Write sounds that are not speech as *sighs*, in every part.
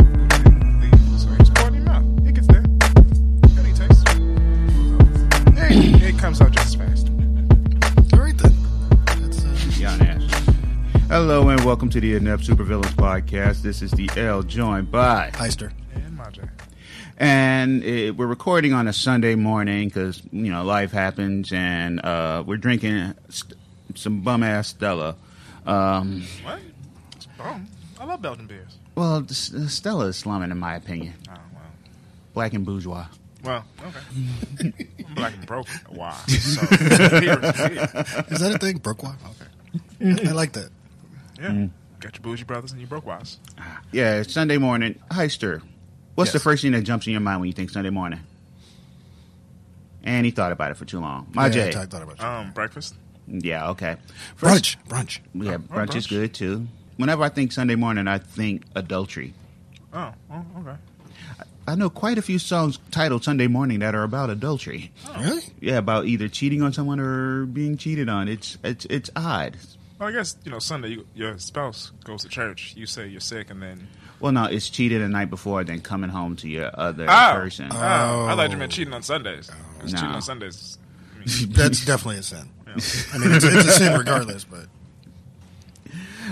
Sorry, just pour it in your mouth. It gets there. Got any taste? Hey, it comes out just as fast. All right then. That's, uh, Yon Ash. Hello and welcome to the Inept Supervillains Podcast. This is the L joined by, Heister. And my jack. and uh we're recording on a Sunday morning because you know life happens, and uh, we're drinking st- some bum ass Stella. Um, What? It's bomb. I love Belgian beers. well, s- Stella is slumming in my opinion, Oh, wow. black and bourgeois. Well, okay. I'm black and broke. Why? So, beer is beer. Is that a thing? Brookwa? Okay. I like that. Yeah. Got your bougie brothers and your broke wives. Yeah, it's Sunday morning, Heister. What's the Yes. first thing that jumps in your mind when you think Sunday morning? And he thought about it for too long. My yeah, Jay. I thought about you. Um, breakfast. yeah, okay. First- brunch. Brunch. Oh, Yeah, brunch, is brunch. good too. Whenever I think Sunday morning, I think adultery. Oh, well, okay. I know quite a few songs titled Sunday Morning that are about adultery. Oh. Really? Yeah, about either cheating on someone or being cheated on. It's it's it's odd. Well, I guess, you know, Sunday, you, your spouse goes to church. You say you're sick, and then. Well, no, it's cheated the night before, then coming home to your other Oh. person. Oh, I thought you meant cheating on Sundays. 'Cause cheating No. on Sundays. is- I mean, That's definitely a sin. I mean, it's, it's a sin regardless, but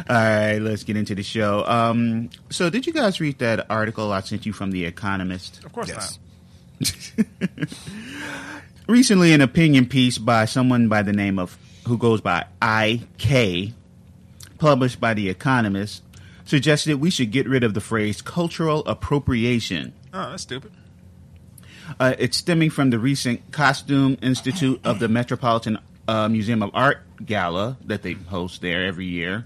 All right, let's get into the show. Um, so, did you guys read that article I sent you from The Economist? of course yes. recently an opinion piece by someone by the name of who goes by IK published by the economist suggested we should get rid of the phrase cultural appropriation not. Oh, that's stupid. uh, it's stemming from the recent costume institute of the metropolitan uh, museum of art gala that they host there every year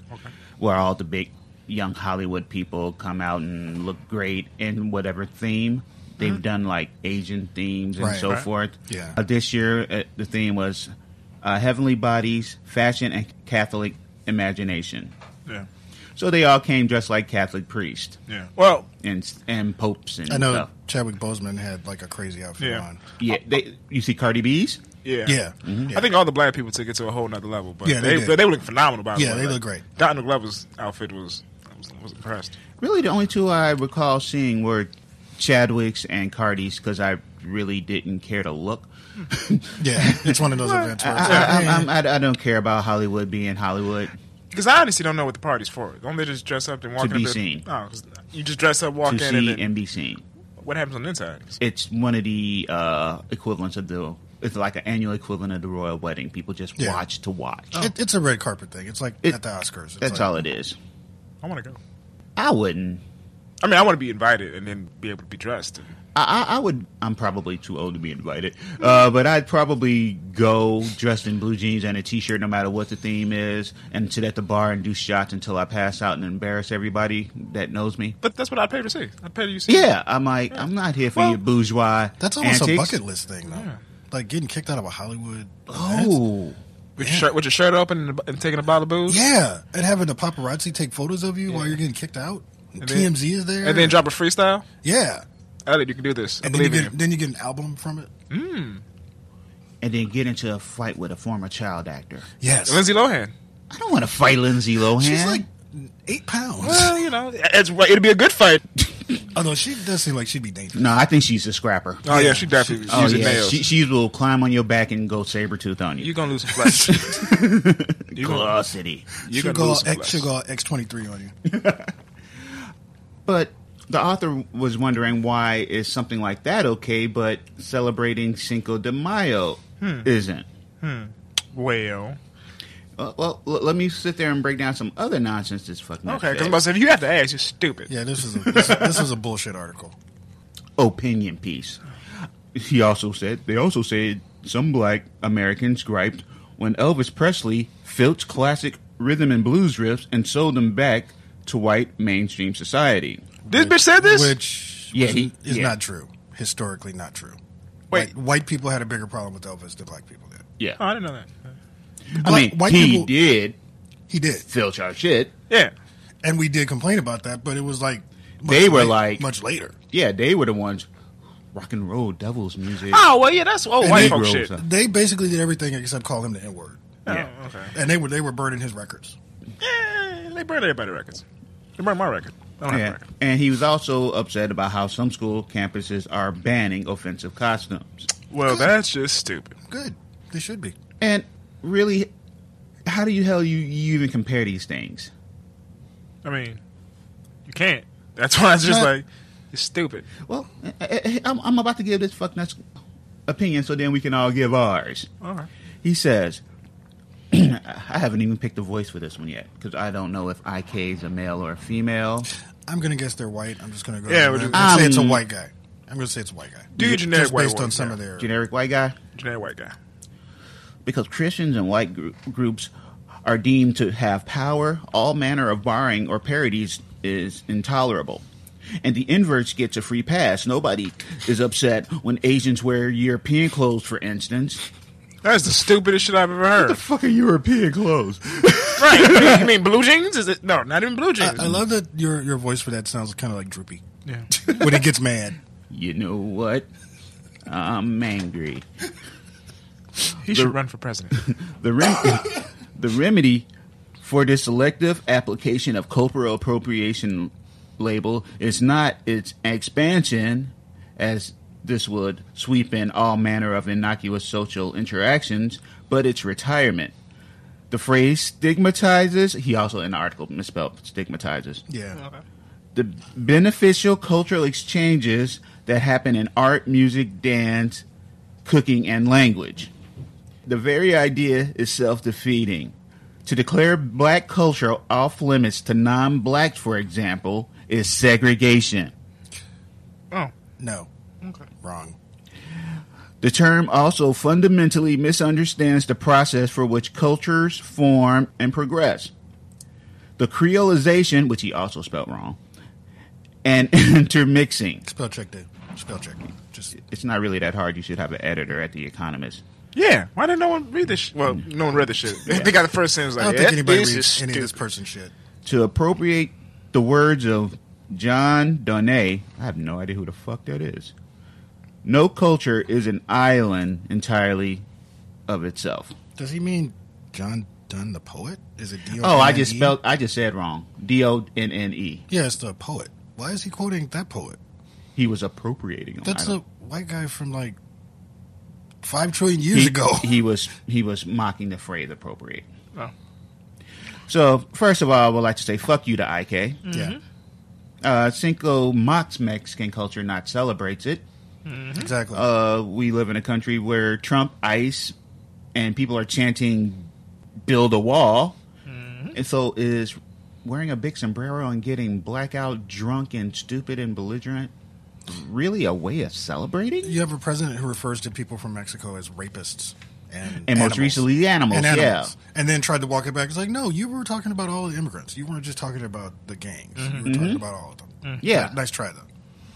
where all the big young hollywood people come out and look great in whatever theme they've done like asian themes and Mm-hmm. Right. so Right. forth Yeah. Uh, this year uh, the theme was uh, heavenly bodies fashion and catholic imagination Yeah. so they all came dressed like catholic priests Yeah. Well, and and popes and I know stuff. Chadwick Boseman had like a crazy outfit Yeah. on. yeah they you see cardi b's yeah. Yeah. Mm-hmm. yeah. I think all the black people took it to a whole nother level, but Yeah, they they they, did. were looking phenomenal. By the Yeah, way. they Like, look great. Donald Glover's outfit was I was, I was impressed. Really, the only two I recall seeing were Chadwick's and Cardi's because I really didn't care to look. yeah. It's one of those events where it's like, I, eh, I'm, I'm, I, I don't care about Hollywood being Hollywood. Because I honestly don't know what the party's for. Don't they just dress up and walk To in? be a bit- seen. Oh, 'cause you just dress up, walk To in, and, see then and be seen. what happens on the inside? It's one of the uh, equivalents of the. It's like an annual equivalent of the royal wedding. People just Yeah. Oh, watch to watch. it, it's a red carpet thing. It's like It- at the Oscars. It's That's like, all it is. I want to go. I wouldn't. I mean, I want to be invited and then be able to be dressed. And, I, I, I would. I'm probably too old to be invited, uh, but I'd probably go dressed in blue jeans and a t-shirt, no matter what the theme is, and sit at the bar and do shots until I pass out and embarrass everybody that knows me. but that's what I pay to see. I pay to see. Yeah, I'm like, I'm not here for Well, your bourgeois. That's almost antics. a bucket list thing, though. Like getting kicked out of a Hollywood. event. Oh, With, your shirt, with your shirt open and, and taking a bottle of booze. Yeah, and having the paparazzi take photos of you while you're getting kicked out. And then- TMZ is there. And then drop a freestyle. yeah, Elliot, you can do this. I and then you believe in get you. then you get an album from it. and then get into a fight with a former child actor. Yes, Lindsay *laughs* Lohan. I don't want to fight Lindsay Lohan. she's like eight pounds. Well, you know, it's, it'd be a good fight. Although Oh, she does seem like she'd be dangerous. no, I think she's a scrapper. Oh yeah, she definitely Oh using yeah, nails. she, she will climb on your back and go saber tooth on You're you. gonna lose some flesh. You're gonna, City. you're she'll gonna go lose all some X, flesh. she'll go all X twenty three on you. But the author was wondering why is something like that okay, but celebrating Cinco de Mayo isn't. Well, Uh, well, l- let me sit there and break down some other nonsense this fucking okay. Because if you have to ask, you're stupid. Yeah, this is a, this, is, this is a bullshit article. opinion piece. He also said they also said some black Americans griped when Elvis Presley filched classic rhythm and blues riffs and sold them back to white mainstream society. This bitch said this. which Yeah, was- he- is yeah. not true. Historically, not true. Wait. white, white people had a bigger problem with Elvis than black people did. Yeah. Oh, I didn't know that. I mean, white he people- did He did, filch our shit. Yeah. and we did complain about that, but it was like much They were late- like- much later. Yeah, they were the ones rock and roll devils music. Ah. Oh well, yeah, that's old And white they- folk Negroes, shit. uh, They basically did everything except call him the N word, Yeah. Oh, okay. and they were they were burning his records. Yeah, they burn everybody's records. They burn my record. I don't have a Yeah. record. And he was also upset about how some school campuses are banning offensive costumes. Well, that's just stupid. Good, they should be. And really, how do you hell you, you even compare these things? I mean, you can't. That's why it's just Not- like it's stupid. Well, eh, I, am I'm about to give this fucknut's opinion, so then we can all give ours. All right. He says, *clears throat* I haven't even picked a voice for this one yet because I don't know if IK is a male or a female. I'm gonna guess they're white. I'm just gonna go. Yeah, Yeah, we're and just- say it's a Um, white guy. I'm gonna say it's a white guy. Do your generic just white based on ones, some yeah. of their Generic white guy? Generic white guy. Because Christians and white gr- groups are deemed to have power, all manner of borrowing or parodies is intolerable. And the inverts gets a free pass. Nobody is upset when Asians wear European clothes, for instance. That's the stupidest shit I've ever The heard. fuck are European clothes? right? You mean blue jeans? Is it? No, not even blue jeans. I, I love that your your voice for that sounds kind of like droopy Yeah. when he gets mad. *laughs* you know what? I'm angry. He should run for president. The, rem- *coughs* the remedy for this selective application of cultural appropriation label is not its expansion, as this would sweep in all manner of innocuous social interactions, but its retirement. The phrase stigmatizes, he also in the article misspelled stigmatizes, Yeah, the beneficial cultural exchanges that happen in art, music, dance, cooking, and language. The very idea is self defeating. To declare black culture off limits to non blacks, for example, is segregation. Oh, no, okay. wrong. The term also fundamentally misunderstands the process for which cultures form and progress. The creolization, which he also spelled wrong, and *laughs* intermixing. Spell check, dude. Spell check. Just it's not really that hard. You should have an editor at The Economist. Yeah. Why did no one read this? Sh- well, no one read this shit. *laughs* they got the first sentence I like, don't "Yeah, think anybody this is reads any of this stupid." person shit. To appropriate the words of John Donne, I have no idea who the fuck that is. No culture is an island entirely of itself. Does he mean John Dunn the poet? Is it D O? E? Oh, I just spelled. I just said wrong. D O N N E. Yeah, it's the poet. Why is he quoting that poet? He was appropriating. them. I That's a don't- white guy from like five trillion years he, ago. *laughs* He was he was mocking the phrase appropriate. Oh. So first of all, I would like to say fuck you to IK. Yeah, Uh, Cinco mocks Mexican culture, not celebrates it. exactly. uh, we live in a country where Trump, ICE, and people are chanting "build a wall," and so is wearing a big sombrero and getting blackout drunk and stupid and belligerent really a way of celebrating? you have a president who refers to people from Mexico as rapists and And most animals. recently, the animals, and yeah. and then tried to walk it back. It's like, no, you were talking about all the immigrants. You weren't just talking about the gangs. You were Mm-hmm. talking about all of them. Yeah. nice try though.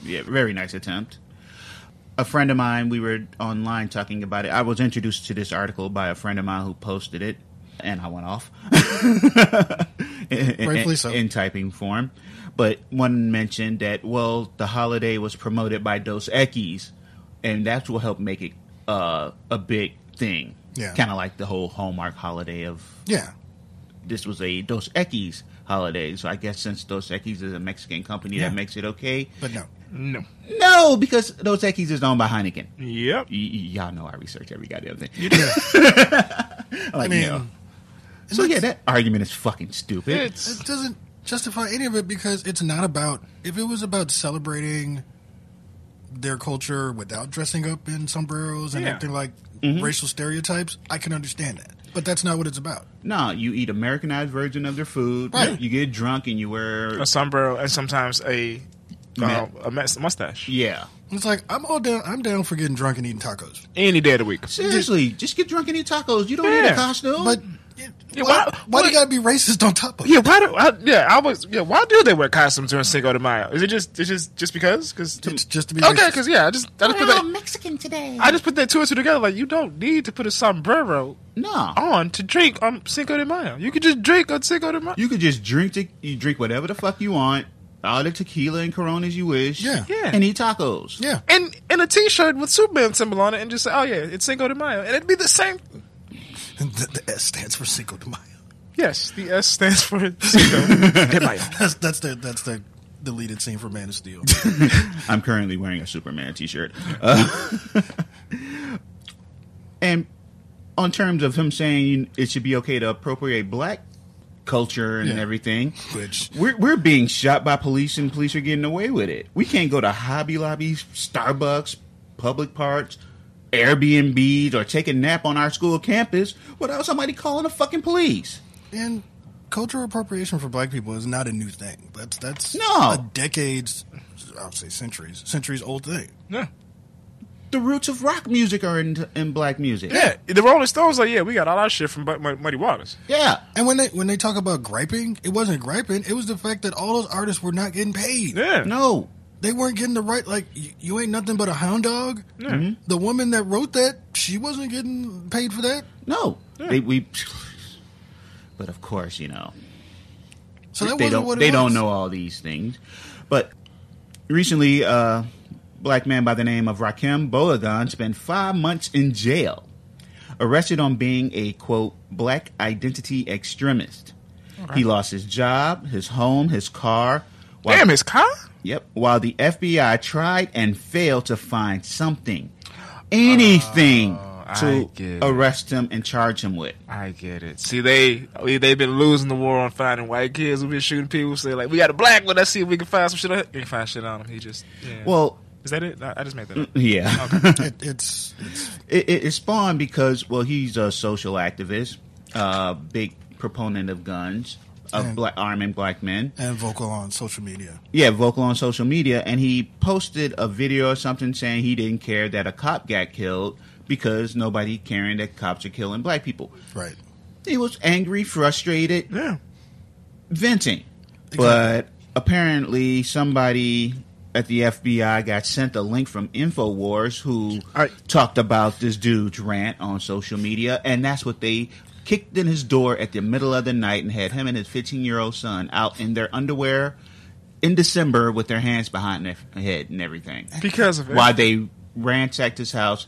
Yeah, very nice attempt. A friend of mine, we were online talking about it. I was introduced to this article by a friend of mine who posted it, and I went off. *laughs* in, in- Rightfully so. In typing form. But one mentioned that, well, the holiday was promoted by Dos Equis, and that's what helped make it uh, a big thing. Yeah. Kind of like the whole Hallmark holiday of Yeah, this was a Dos Equis holiday. So I guess since Dos Equis is a Mexican company, Yeah. that makes it okay. *laughs* but no, No. No, because Dos Equis is owned by Heineken. Y- Yep. y- y'all know I research every goddamn thing. I like, mean, yeah. So yeah, that argument is fucking stupid. It's it doesn't justify any of it because it's not about. If it was about celebrating their culture without dressing up in sombreros and Yeah. acting like Mm-hmm. racial stereotypes, I can understand that. But that's not what it's about. no, you eat Americanized version of their food. Right. You get drunk and you wear. a sombrero and sometimes a uh, um, Ma- a mas- mustache. Yeah. It's like I'm all down. I'm down for getting drunk and eating tacos. Any day of the week. Seriously, just get drunk and eat tacos. You don't need Yeah. a costume. But it, Yeah, Why, why do what- you gotta be racist on top of it? Yeah, why do I, yeah I was yeah why do they wear costumes during Cinco de Mayo? Is it just it's just just because? Because It's just to be okay, racist. because yeah, I just I just put that Mexican today. I just put that two and two together. Like you don't need to put a sombrero no. on to drink on Cinco de Mayo. You could just drink on Cinco de Mayo. You could just drink te- you drink whatever the fuck you want, all the tequila and Coronas you wish, Yeah. Yeah. and eat tacos. Yeah. and and a T-shirt with Superman symbol on it, and just say, "Oh yeah, it's Cinco de Mayo," and it'd be the same. And The, the S stands for Cinco de Mayo. Yes, the S stands for Cinco *laughs* de Mayo. That's that's the that's the deleted scene from Man of Steel. I'm currently wearing a Superman T-shirt. Uh, *laughs* and on terms of him saying it should be okay to appropriate black culture and Yeah. everything, Which we're we're being shot by police and police are getting away with it. We can't go to Hobby Lobby, Starbucks, public parks, Airbnbs, or take a nap on our school campus without somebody calling the fucking police. and cultural appropriation for black people is not a new thing. That's that's No. a decades, I would say centuries, centuries old thing. Yeah. The roots of rock music are in, in black music. yeah, the Rolling Stones like, yeah, we got all our shit from Mud- Mud- Muddy Waters. yeah. And when they when they talk about griping, it wasn't griping. It was the fact that all those artists were not getting paid. Yeah, No, They weren't getting the right. Like you, you ain't nothing but a hound dog. Mm-hmm. The woman that wrote that, she wasn't getting paid for that. no. They, we, but of course, you know. So that they wasn't don't what it they don't was. know all these things. But recently, uh, black man by the name of Rakim Boagon spent five months in jail, arrested on being a quote black identity extremist. He lost his job, his home, his car. While, damn, it's Kai. Yep. While the FBI tried and failed to find something, anything Uh, I get to it. arrest him and charge him with. I get it. See, they we- they've been losing the war on finding white kids. We've been shooting people. So they're like, we got a black one. Let's see if we can find some shit. On him. We can find shit on him. He just yeah. Well, is that it? I, I just made that up. yeah. It, it's it's *laughs* it, it, it spawned because well he's a social activist uh big proponent of guns of Mm. black arming black men and vocal on social media. yeah vocal on social media and he posted a video or something saying he didn't care that a cop got killed because nobody caring that cops are killing black people Right. he was angry frustrated Yeah, venting. Exactly. But apparently, somebody at the FBI got sent a link from InfoWars who I- talked about this dude's rant on social media, and that's what they kicked in his door at the middle of the night and had him and his 15 year old son out in their underwear in December with their hands behind their head and everything. because of it. While they ransacked his house,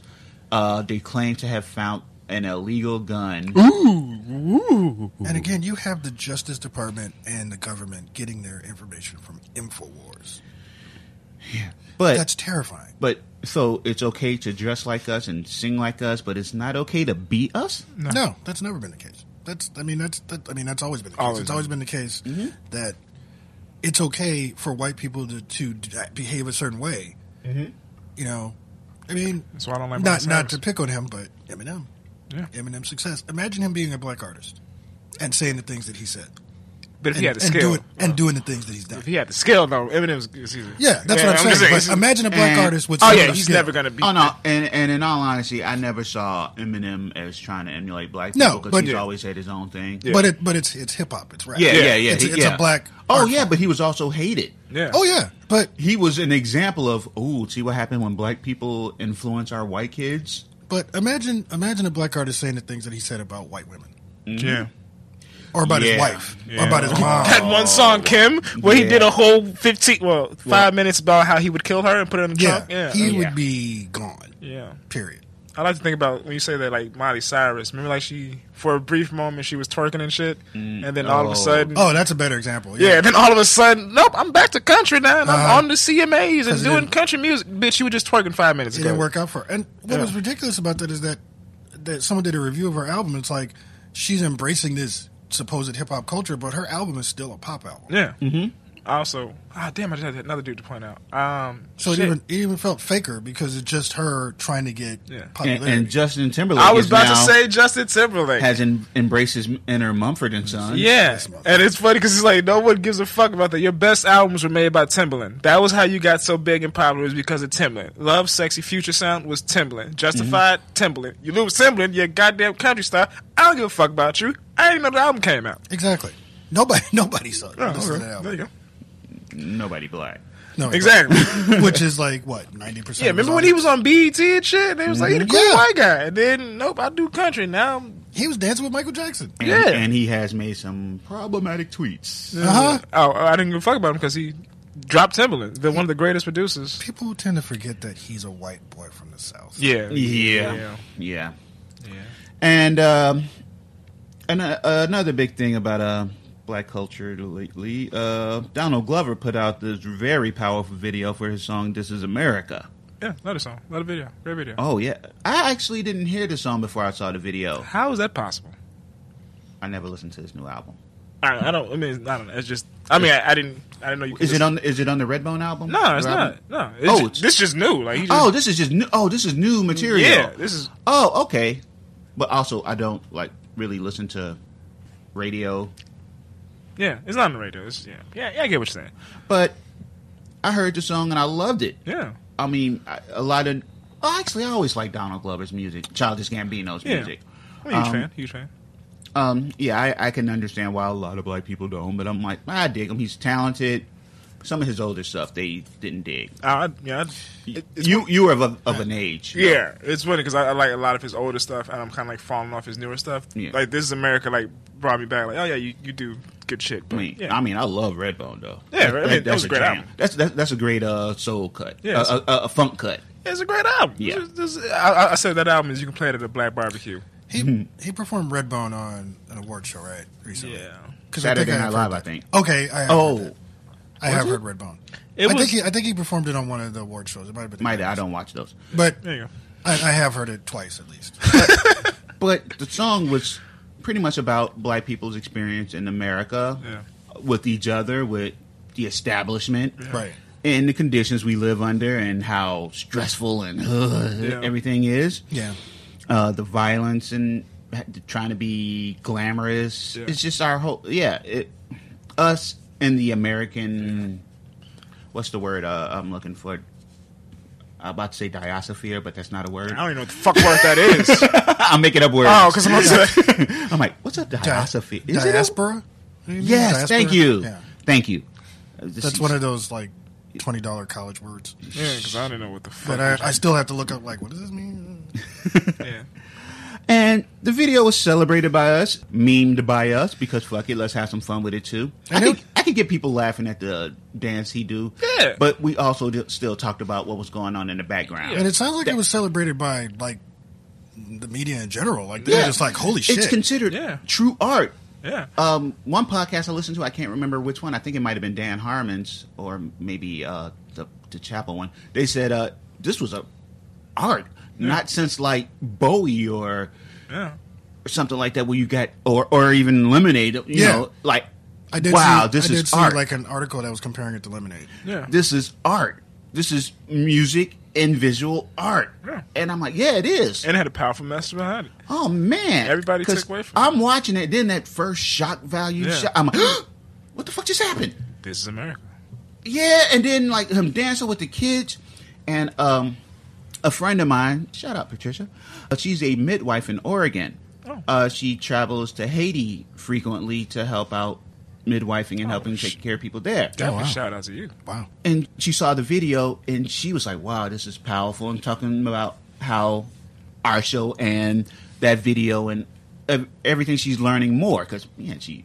uh, they claimed to have found an illegal gun. And again, you have the Justice Department and the government getting their information from Infowars. But That's terrifying. But so it's okay to dress like us and sing like us, but it's not okay to be us. No. that's never been the case. That's I mean that's that, I mean that's always been the case. Always Mm-hmm. it's always been the case that it's okay for white people to to d- uh, behave a certain way. You know, I mean, Mm-hmm. That's why I don't like not Miley not Cyrus. to pick on him, but Eminem, Yeah. Eminem's success. Imagine him being a black artist and saying the things that he said But if and, he had the and skill, doing and doing the things that he's done. if he had the skill though, Eminem's. Excuse me. Yeah, that's what I'm, just saying. he's- But imagine a black and- artist with oh some yeah, other he's skill. never gonna be. Oh no, and and in all honesty, I never saw Eminem as trying to emulate black No, people because but- he's Yeah. always had his own thing. Yeah. But it but it's it's hip hop. It's rap. yeah, yeah, yeah. It's, he- it's yeah. a black. Oh art yeah, form. but he was also hated. Yeah. oh yeah, but He was an example of oh, see what happened when black people influence our white kids. but imagine imagine a black artist saying the things that he said about white women yeah. or about Yeah. his wife Yeah. or about his That mom. one song, Kim, where he Oh. Yeah. did a whole fifteen, well, five minutes about how he would kill her and put her in the yeah, trunk. Yeah, he yeah. would be gone. yeah. Period. I like to think about when you say that, like Miley Cyrus. Remember, like she for a brief moment she was twerking and shit, and then all of Oh. a sudden, Oh, that's a better example. yeah, then all of a sudden, nope, I'm back to country now, and Uh-huh. I'm on the CMAs and it doing didn't- country music. Bitch, you were just twerking five minutes it ago. didn't work out for her. And what Yeah. was ridiculous about that is that that someone did a review of her album. It's like she's embracing this supposed hip hop culture, but her album is still a pop album. Yeah, mm-hmm. Also, ah, damn, I just had another dude to point out. Um, So it shit. even, it even felt faker because it's just her trying to get Yeah. And, popularity. and Justin Timberlake I was is about now- to say Justin Timberlake. has in, embraced his inner Mumford and Son. yeah, motherfucker. and it's funny because it's like no one gives a fuck about that. Your best albums were made by Timbaland. That was how you got so big and popular was because of Timbaland. Love, sexy, future sound was Timbaland. Justified, Timbaland. You lose Timbaland, you're a goddamn country star. I don't give a fuck about you. I didn't know the album came out. exactly. Nobody *laughs* nobody saw it. Oh, This is okay. an album. There you go. Nobody black. No, Exactly. Which is like what ninety percent. Yeah, remember when he was on BET and shit? They was like, he the cool Yeah. white guy. And then, nope, I do country. Now, he was dancing with Michael Jackson. And, Yeah. and he has made some problematic tweets. Uh huh. oh, I didn't give a fuck about him because he dropped Timbaland, the, one of the greatest producers. People tend to forget that he's a white boy from the south. Yeah. Yeah. Yeah. Yeah. And um, an, uh, another big thing about uh, black culture lately, uh, Donald Glover put out this very powerful video for his song "This Is America." Yeah, another song, another video, great video. Oh yeah, I actually didn't hear the song before I saw the video. How is that possible? I never listened to his new album. I, I don't. I mean, I don't know. It's just. I mean, I, I didn't. I didn't know you. Could Is it just- on? Is it on the Redbone album? No, it's Your album? not. No. It's Oh, ju- it's- this just new. Like he just, Oh, this is just new. Oh, this is new material. yeah. This is Oh, okay. But also, I don't like really listen to radio. yeah. It's not on the radio. It's, yeah. yeah, yeah. I get what you're saying. But I heard the song and I loved it. Yeah, I mean, I- a lot of. Oh, actually, I always like Donald Glover's music, Childish Gambino's Yeah. music. I'm a huge Um, fan. Huge fan. Um, yeah, I, I can understand why a lot of black people don't, but I'm like, I dig him. He's talented. Some of his older stuff they didn't dig. Uh, yeah. I- it- it's you you were of, a, of an age. Yeah, it's funny because I, I like a lot of his older stuff, and I'm kind of like falling off his newer stuff. Yeah. Like this is America, like brought me back. Like, oh yeah, you, you do good shit. I But, mean, yeah, I mean, I love Redbone though. Yeah, I mean, that was a great jam. album. That's that, that's a great uh, soul cut. Yeah, Yeah, a, a, a funk cut. it's a great album. Yeah. It's just- it's- I, I- I said that album is you can play it at a black barbecue. He he performed Redbone on an award show, right? Recently. Because Saturday Night have Live, heard I that. think. Okay. I have heard Oh, that. I have heard Redbone. It I was- think he, I think he performed it on one of the award shows. It might have been. the might I Grammys. don't watch those. But There you go. I, I have heard it twice at least. But the song was pretty much about black people's experience in America Yeah. with each other, with the establishment, Right. and the conditions we live under, and how stressful and uh, Yeah. everything is. Yeah. uh, the violence and ha- trying to be glamorous. Yeah. It's just our whole yeah. It, us and the American, what's the word uh, I'm looking for? I'm about to say diasphere, but that's not a word. I don't even know what the fuck word that *laughs* is. Uh-uh, I'm making up words. oh, because I'm upset. *laughs* I'm like, what's a diasphere? Is it a- diaspora. yes, Diaspora? thank you, Yeah. thank you. That's one of those like twenty dollar college words yeah, because I didn't know what the fuck. that I, I still have to look up. Like, what does this mean? yeah. And the video was celebrated by us, memed by us, because fuck it, let's have some fun with it too. I And could, it- I could get people laughing at the dance he do. Yeah. But we also di- still talked about what was going on in the background. And it sounds like it was celebrated by like the media in general. Like they were just like, holy shit. It's considered Yeah. true art. Yeah. Um, one podcast I listened to, I can't remember which one. I think it might have been Dan Harmon's or maybe uh, the the Chapel one. They said uh, this was a art, not since like Bowie or Yeah. or something like that where you got or or even lemonade you Yeah. know like I did wow see, this I did is see art like an article that was comparing it to lemonade. Yeah. this is art this is music and visual art Yeah. and i'm like yeah it is and it had a powerful message behind it. oh man Everybody 'Cause took away from it. i'm watching it then that first shock value Yeah. shot, i'm like *gasps* what the fuck just happened This is America. Oh, yeah and then like him dancing with the kids and um a friend of mine shout out patricia uh, she's a midwife in oregon Oh. uh, she travels to haiti frequently to help out midwifing and helping take care of people there Definitely wow. shout out to you. Wow. and she saw the video and she was like wow this is powerful and talking about how our show and that video and ev- everything she's learning more because man she's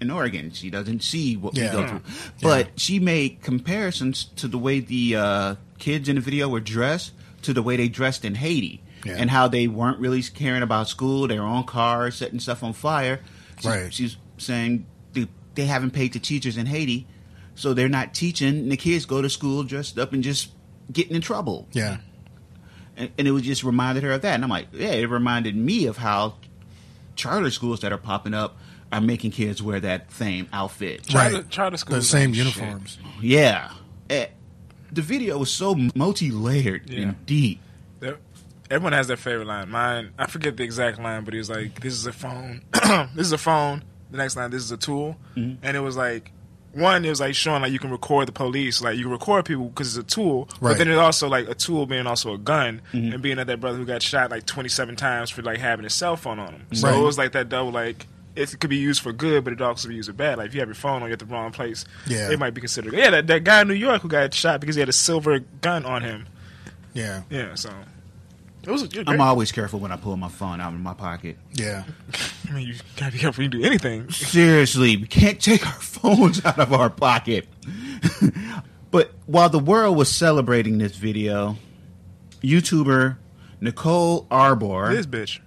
in oregon she doesn't see what Yeah. we go Yeah. through but she made comparisons to the way the uh, kids in the video were dressed to the way they dressed in haiti Yeah. and how they weren't really caring about school they were on cars setting stuff on fire She's- Right. She's saying they, they haven't paid the teachers in Haiti, so they're not teaching. And the kids go to school dressed up and just getting in trouble. Yeah. And, and it was just reminded her of that. And I'm like, yeah, it reminded me of how charter schools that are popping up are making kids wear that same outfit. Try right. to- try to school the is same like shit. uniforms. Yeah. Eh, the video was so multi-layered Yeah. and deep. There- Everyone has their favorite line. Mine, I forget the exact line, but he was like, "This is a phone. *clears throat* this is a phone." The next line, "This is a tool," Mm-hmm. and it was like. One, it was like showing like you can record the police, like you can record people because it's a tool. But Right. Mm-hmm. then it's also like a tool being also a gun, and being that that brother who got shot like twenty seven times for like having his cell phone on him. So Right. it was like that double like it could be used for good, but it also be used for bad. Like if you have your phone on you at the wrong place, Yeah. it might be considered. Yeah, that, that guy in New York who got shot because he had a silver gun on him. Yeah, Yeah, so it was. It was I'm great. always careful when I pull my phone out of my pocket. yeah. I mean, you gotta be careful. You do anything. Seriously, we can't take our *laughs* phones out of our pocket. *laughs* but while the world was celebrating this video, YouTuber Nicole Arbor, This bitch.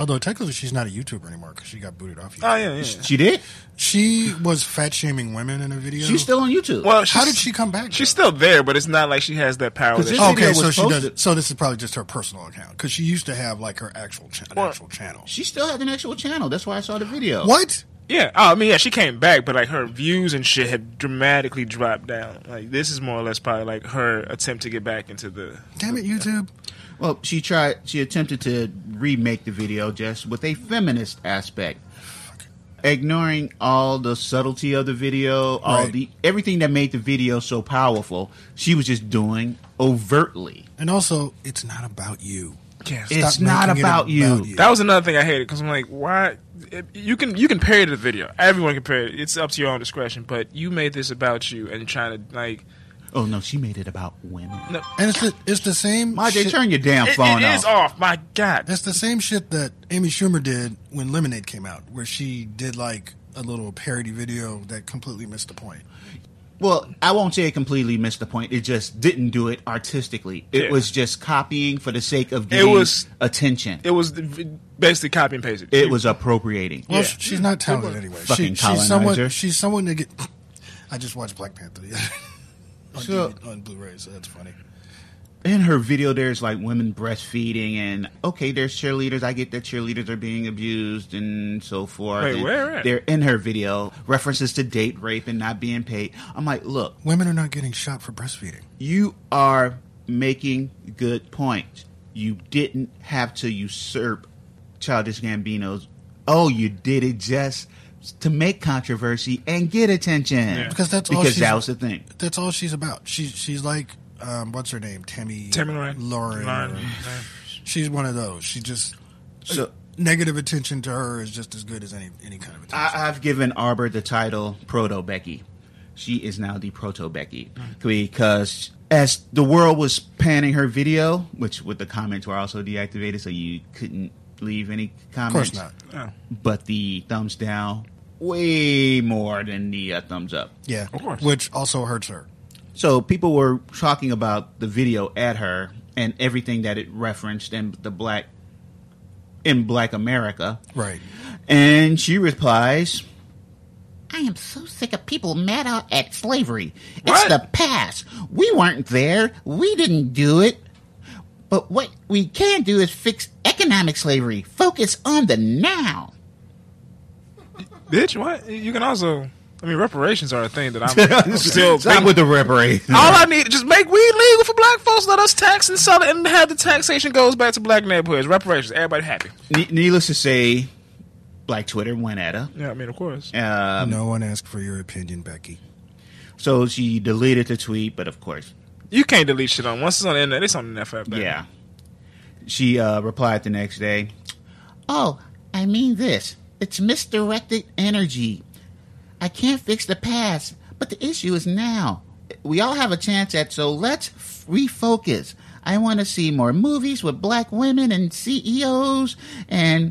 Although technically she's not a YouTuber anymore because she got booted off. Oh YouTube. yeah, yeah. she did. She was fat shaming women in a video. She's still on YouTube. Well, How she's- did she come back? She's still there, but it's not like she has that power. 'Cause That this she, video okay, so was she posted- does. So this is probably just her personal account because she used to have like her actual cha- an Well- actual channel. she still has an actual channel. That's why I saw the video. What? yeah. Oh, I mean, yeah, she came back, but like her views and shit had dramatically dropped down. Like this is more or less probably like her attempt to get back into the. Damn it, YouTube! Well, she tried. She attempted to remake the video just with a feminist aspect, ignoring all the subtlety of the video, all Right. the everything that made the video so powerful. She was just doing overtly. And also, it's not about you. Yeah, It's not making it about you. That was another thing I hated because I'm like, why? It, you can you can parody the video. Everyone can parody. it. It's up to your own discretion. But you made this about you and trying to like. Oh no, she made it about women. No, and it's the, it's the same. Majay, shit- turn your damn it, phone it off. is off. My God. That's the same shit that Amy Schumer did when Lemonade came out, where she did like a little parody video that completely missed the point. Well, I won't say it completely missed the point. It just didn't do it artistically. It Yeah. was just copying for the sake of getting was- attention. It was basically copy and paste. It was appropriating. Well, Yeah. sh she's not talented anyway. She, Fucking she's someone. colonizer. She's someone to get. *coughs* I just watched Black Panther the other *laughs* on, So- DVD on Blu-ray, so that's funny. in her video there's like women breastfeeding and okay there's cheerleaders i get that cheerleaders are being abused and so forth Wait, and where at? they're in her video references to date rape and not being paid i'm like look Women are not getting shot for breastfeeding. you are making good points you didn't have to usurp childish gambino's oh you did it just to make controversy and get attention Because that's all because she's- that was the thing That's all she's about. She's she's like, um, what's her name? Tammy. Tammy Lauren. Lauren. Lauren. She's one of those. She just so negative attention to her is just as good as any any kind of attention. I, I've given Arbor the title Proto Becky. She is now the Proto Becky because as the world was panning her video, which with the comments were also deactivated, so you couldn't leave any of comments. course not. Oh, But the thumbs down way more than the uh, thumbs up. Yeah, Of course. which also hurts her. So people were talking about the video at her and everything that it referenced and the black in Black America. Right. And she replies, I am so sick of people mad out at slavery. What? It's the past. We weren't there. We didn't do it. But what we can do is fix economic slavery. Focus on the *laughs* now. bitch, what? You can also. I mean, reparations are a thing that *laughs* I'm still. Stop with the reparations. all I need is just make weed legal for black folks. Let us tax and sell it, and have the taxation goes back to black neighborhoods. Reparations, everybody happy. Ne- needless to say, Black Twitter went at her. Yeah, I mean, of course. Um, no one asked for your opinion, Becky. So she deleted the tweet, but of course, You can't delete shit on once it's on the internet. It's on the net forever. Yeah. She uh, replied the next day, Oh, I mean this. It's misdirected energy. I can't fix the past, but the issue is now. We all have a chance at, so let's f- refocus. I want to see more movies with black women and CEOs and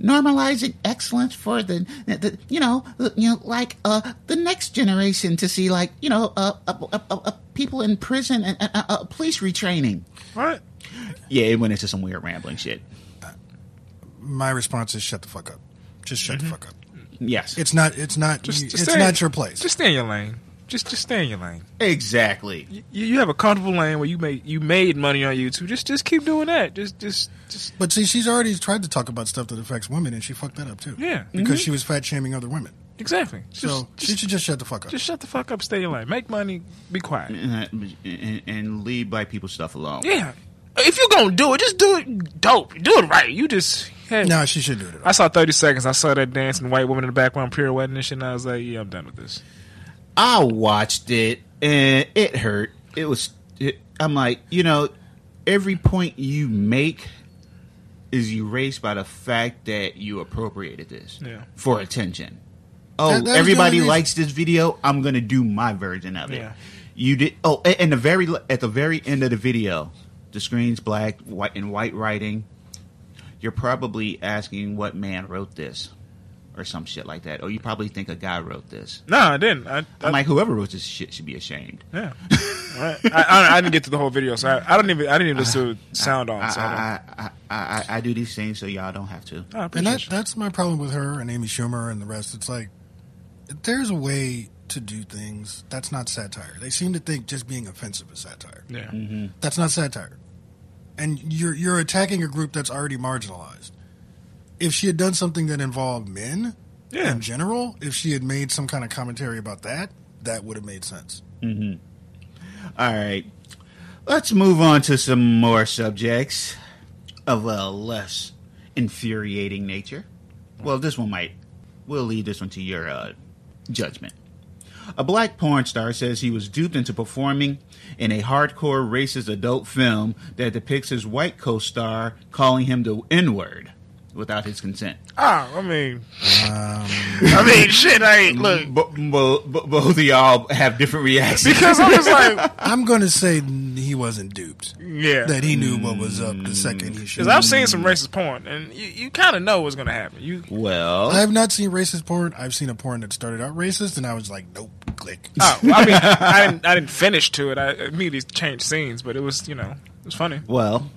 normalizing excellence for the, the you know you know like uh the next generation to see like you know uh, uh, uh, uh, uh people in prison and uh, uh, uh, police retraining What? yeah, it went into some weird rambling shit. My response is shut the fuck up. Just shut the fuck up. Yes. It's not. It's not. Just, you- just it's stay- not your place. Just stay in your lane. Just just stay in your lane. Exactly. You, you have a comfortable lane where you made you made money on YouTube. Just just keep doing that. Just just just But see, she's already tried to talk about stuff that affects women, and she fucked that up too. Yeah. because she was fat shaming other women. exactly. Just, so she just, should just shut the fuck up. just shut the fuck up. Stay in your lane. Make money. Be quiet. And, and, and leave black people stuff alone. Yeah. If you're gonna do it, just do it dope. Do it right. You just hey. no, she should do it. At all. I saw 30 seconds. I saw that dancing white woman in the background pirouetting and shit, and I was like, yeah, I'm done with this. I watched it and it hurt. It was. It, I'm like, you know, every point you make is erased by the fact that you appropriated this Yeah. for attention. Oh, That- that was the everybody only reason. likes this video. I'm gonna do my version of it. Yeah. You did. Oh, a- and the very l- at the very end of the video, the screen's black, white, and white writing. You're probably asking what man wrote this, or some shit like that. Or you probably think a guy wrote this. No, I didn't. I, I, I'm like, whoever wrote this shit should be ashamed. yeah. All right. I, I, I didn't get to the whole video, so I, I don't even. I didn't even listen to sound on. So I, don't- I, I, I, I, I do these things so y'all don't have to. I And appreciate that, you. that's my problem with her and Amy Schumer and the rest. It's like there's a way to do things that's not satire. They seem to think just being offensive is satire. Yeah. That's not satire. And you're you're attacking a group that's already marginalized. If she had done something that involved men Yeah. in general, if she had made some kind of commentary about that, that would have made sense. All right. Let's move on to some more subjects of a less infuriating nature. Well, this one might. We'll leave this one to your uh, judgment. A black porn star says he was duped into performing in a hardcore racist adult film that depicts his white co star calling him the N word without his consent. Ah, I mean, I mean, shit. I ain't look Bo- bo- bo- both of y'all have different *laughs* reactions. because I was *laughs* like, I'm going to say he wasn't duped. yeah. That he knew what was up the second he should. Because Mm. I've seen some racist porn, and you, you kind of know what's gonna happen. You well, I've not seen racist porn. I've seen a porn that started out racist, and I was like, nope, click. Oh, well, I mean, I didn't, I didn't finish to it. I immediately changed scenes, but it was, you know, it was funny. well,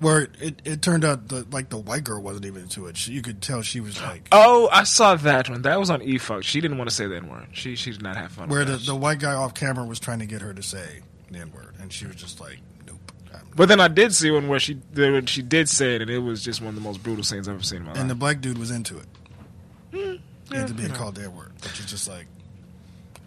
Where it, it turned out that like the white girl wasn't even into it. She, you could tell she was like, Oh, I saw that one. That was on E Fuck. She didn't want to say that word. She she did not have fun. where Where the, with that. the white guy off camera was trying to get her to say the n word, and she was just like, nope. I'm not. But then I did see one where she there when she did say it, and it was just one of the most brutal scenes I've ever seen in my life. And the black dude was into it. It had to be called the n word, which is just like,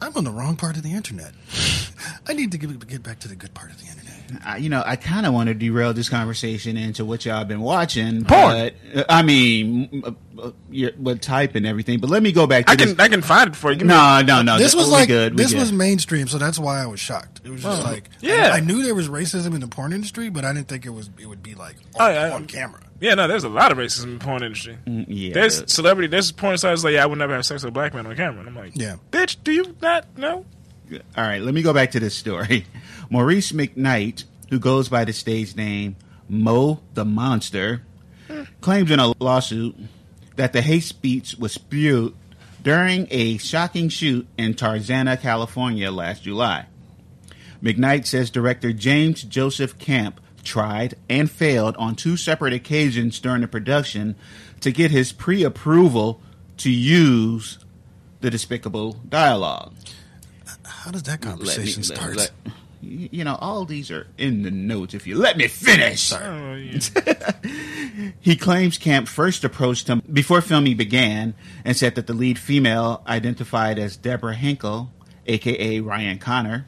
I'm on the wrong part of the internet. *laughs* I need to get, get back to the good part of the internet. I, you know, I kind of want to derail this conversation into what y'all been watching. Porn. But, uh, I mean, m- uh, uh, your, what type and everything. But let me go back to I can this. I can find it for you. Give me- no, no, no. this th- was Oh, we like good, we this good. was mainstream, so that's why I was shocked. It was just like Yeah. I, I knew there was racism in the porn industry, but I didn't think it was it would be like Oh, on, yeah. on camera. yeah, no. There's a lot of racism in the porn industry. Mm, yeah. There's celebrity. There's porn stars like, yeah, I would never have sex with a black man on camera. And I'm like, Yeah. bitch, do you not know? All right, let me go back to this story. *laughs* Maurice McKnight, who goes by the stage name Mo the Monster, claims in a lawsuit that the hate speech was spewed during a shocking shoot in Tarzana, California last July. McKnight says director James Joseph Camp tried and failed on two separate occasions during the production to get his pre approval to use the despicable dialogue How does let that me- conversation let- start? let- y- you know, all these are in the notes. If you let me finish, Oh, *laughs* yeah. he claims Camp first approached him before filming began and said that the lead female, identified as Deborah Hinkle, aka Ryan Connor,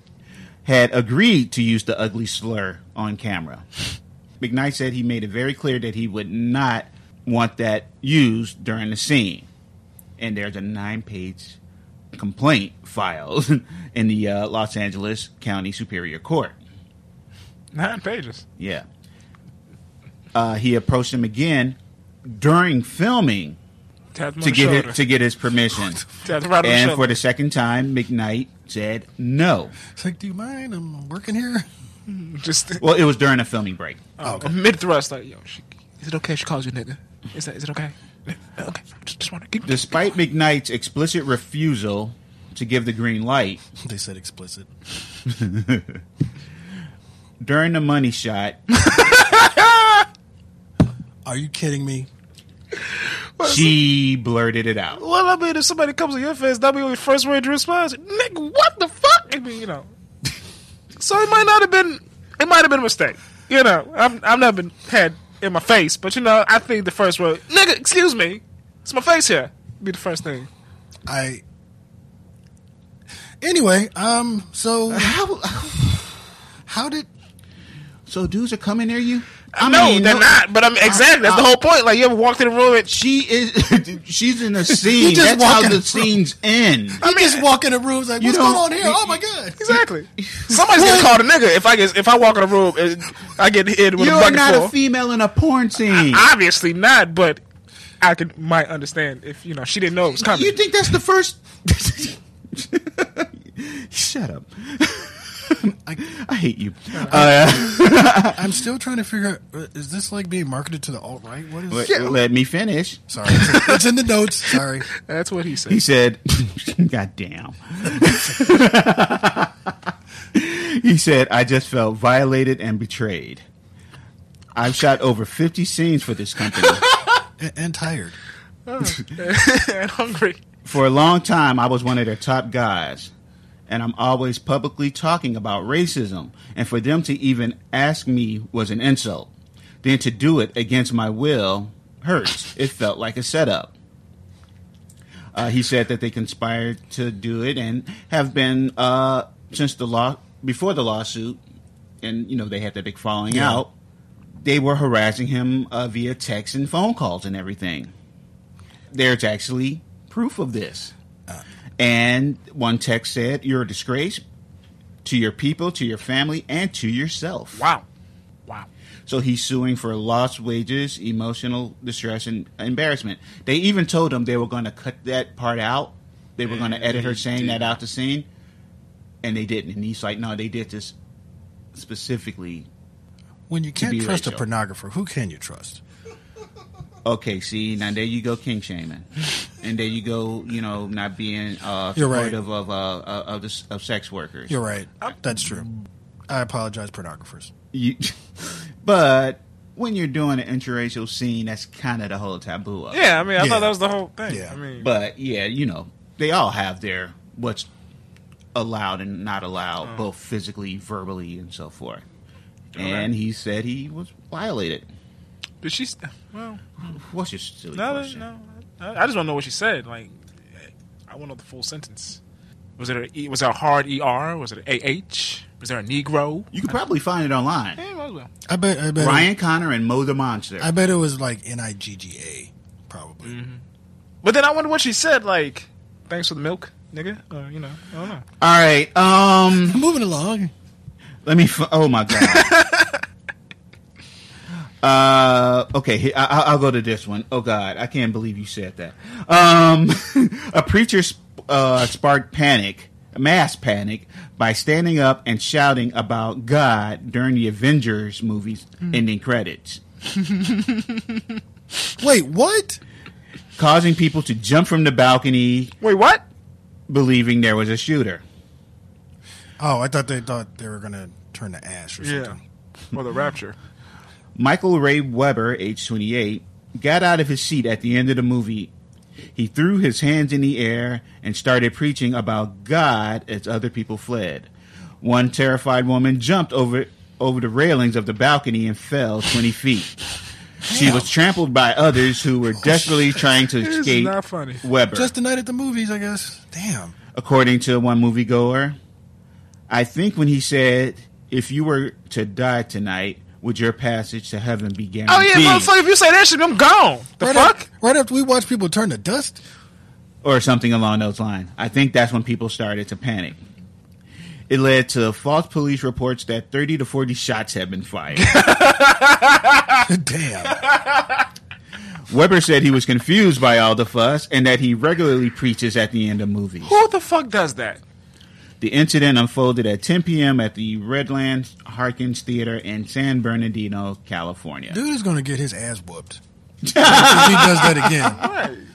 had agreed to use the ugly slur on camera. McKnight said he made it very clear that he would not want that used during the scene. And there's a nine page complaint filed *laughs* in the uh, Los Angeles County Superior Court. Nine pages. Yeah. Uh, he approached him again during filming Tap him on to the get shoulder. his, to get his permission. Tap him right on the and shoulder. for the second time, McKnight said no. It's like, do you mind? I'm working here. *laughs* *laughs* just Well, it was during a filming break. mid thrust, like, yo, she, is it okay? if She calls you nigga. Is that is it okay? Okay, just, just want to keep Despite McKnight's explicit refusal to give the green light, They said explicit. during the *laughs* money shot, Are you kidding me? But it's She blurted it out. Well, I mean, if somebody comes in your face, that'll be your first word to response. Nigga, what the fuck? I mean, you *laughs* know. so it might not have been. It might have been a mistake. You know, I'm I've never been had in my face, but you know, I think the first word, nigga, excuse me, it's my face here. Be the first thing. I. Anyway, um, so *laughs* how how did So dudes are coming near you. I no, mean, Uh, they're not. But I'm exactly. that's the whole point. Like you ever walked in the room and sh- She is. *laughs* she's in a scene. just That's how walking the through. scenes end. I just walk in the room like You what's don't- going on here? you- oh my god! exactly. *laughs* Somebody's gonna call the nigga if I get if I walk in the room and I get hit with a You're bucket not full. a female in a porn scene. Obviously not, but I could might understand if you know she didn't know it was coming. you think that's the first? *laughs* Shut up. *laughs* I, I hate you. Uh, I'm still trying to figure out uh, is this like being marketed to the alt right? What is *laughs* Let- let me finish. sorry? It's, it's in the notes. *laughs* Sorry. That's what he said. He said, *laughs* God damn. *laughs* he said, I just felt violated and betrayed. I've shot over 50 scenes for this company. And, and tired. *laughs* and hungry. for a long time, I was one of their top guys. And I'm always publicly talking about racism. And for them to even ask me was an insult. Then to do it against my will hurts. It felt like a setup. Uh, he said that they conspired to do it and have been uh, since the law before the lawsuit, and you know they had that big falling out. They were harassing him uh, via text and phone calls and everything. There's actually proof of this. And one text said, "You're a disgrace to your people, to your family, and to yourself." Wow. Wow. So he's suing for lost wages, emotional distress, and embarrassment. They even told him they were going to cut that part out. They were going to edit her saying that out the scene, and they didn't. And he's like, "No, they did this specifically." When you can't be trust a Rachel. pornographer, who can you trust? Okay, see, now there you go, king shaming, and there you go, you know, not being uh, You're right. supportive of uh, uh, of, the, of sex workers. You're right. That's true. I apologize, pornographers. You- *laughs* but when you're doing an interracial scene, that's kind of the whole taboo. Of it. Yeah, I mean, I Yeah. thought that was the whole thing. Yeah. I mean, But yeah, you know, they all have their what's allowed and not allowed, Uh-huh. both physically, verbally, and so forth. And he said he was violated. did she? s- Well, What's your silly no, question? no. I I just want to know what she said. Like, I want to know the full sentence. Was it a E? Was it a hard er? Was it an ah? Was there a negro? You could probably find it online. Yeah, might as well. I bet. I bet. Ryan Connor and Mo the Monster. I bet it was like N I G G A, probably. But then I wonder what she said. Like, thanks for the milk, nigga. Or you know, I don't know. all right. Um. *laughs* Moving along. Let me. F- oh my god. uh, okay, he- I- I- I'll go to this one. Oh god, I can't believe you said that. Um, *laughs* a preacher sp- uh, sparked panic, mass panic, by standing up and shouting about God during the Avengers movies ending credits, Wait, what? causing people to jump from the balcony, Wait, what? believing there was a shooter. Oh, I thought they thought they were gonna turn to ash or something. Or the rapture. Michael Ray Weber, age 28, got out of his seat at the end of the movie. He threw his hands in the air and started preaching about God as other people fled. One terrified woman jumped over over the railings of the balcony and fell 20 feet. She was trampled by others who were desperately trying to is escape not funny. Weber. Just the night at the movies, I guess. Damn. According to one moviegoer, I think when he said, "If you were to die tonight, would your passage to heaven be *laughs* Oh guaranteed?" yeah, motherfucker! If you say that shit, I'm gone. The right fuck? After, right after we watch people turn to dust. *laughs* or something along those lines. I think that's when people started to panic. It led to false police reports that 30 to 40 shots had been fired. Damn. Weber said he was confused by all the fuss and that he regularly preaches at the end of movies. Who the fuck does that? The incident unfolded at 10 p.m. at the Redlands Harkins Theater in San Bernardino, California. Dude is gonna get his ass whooped. if he does that again.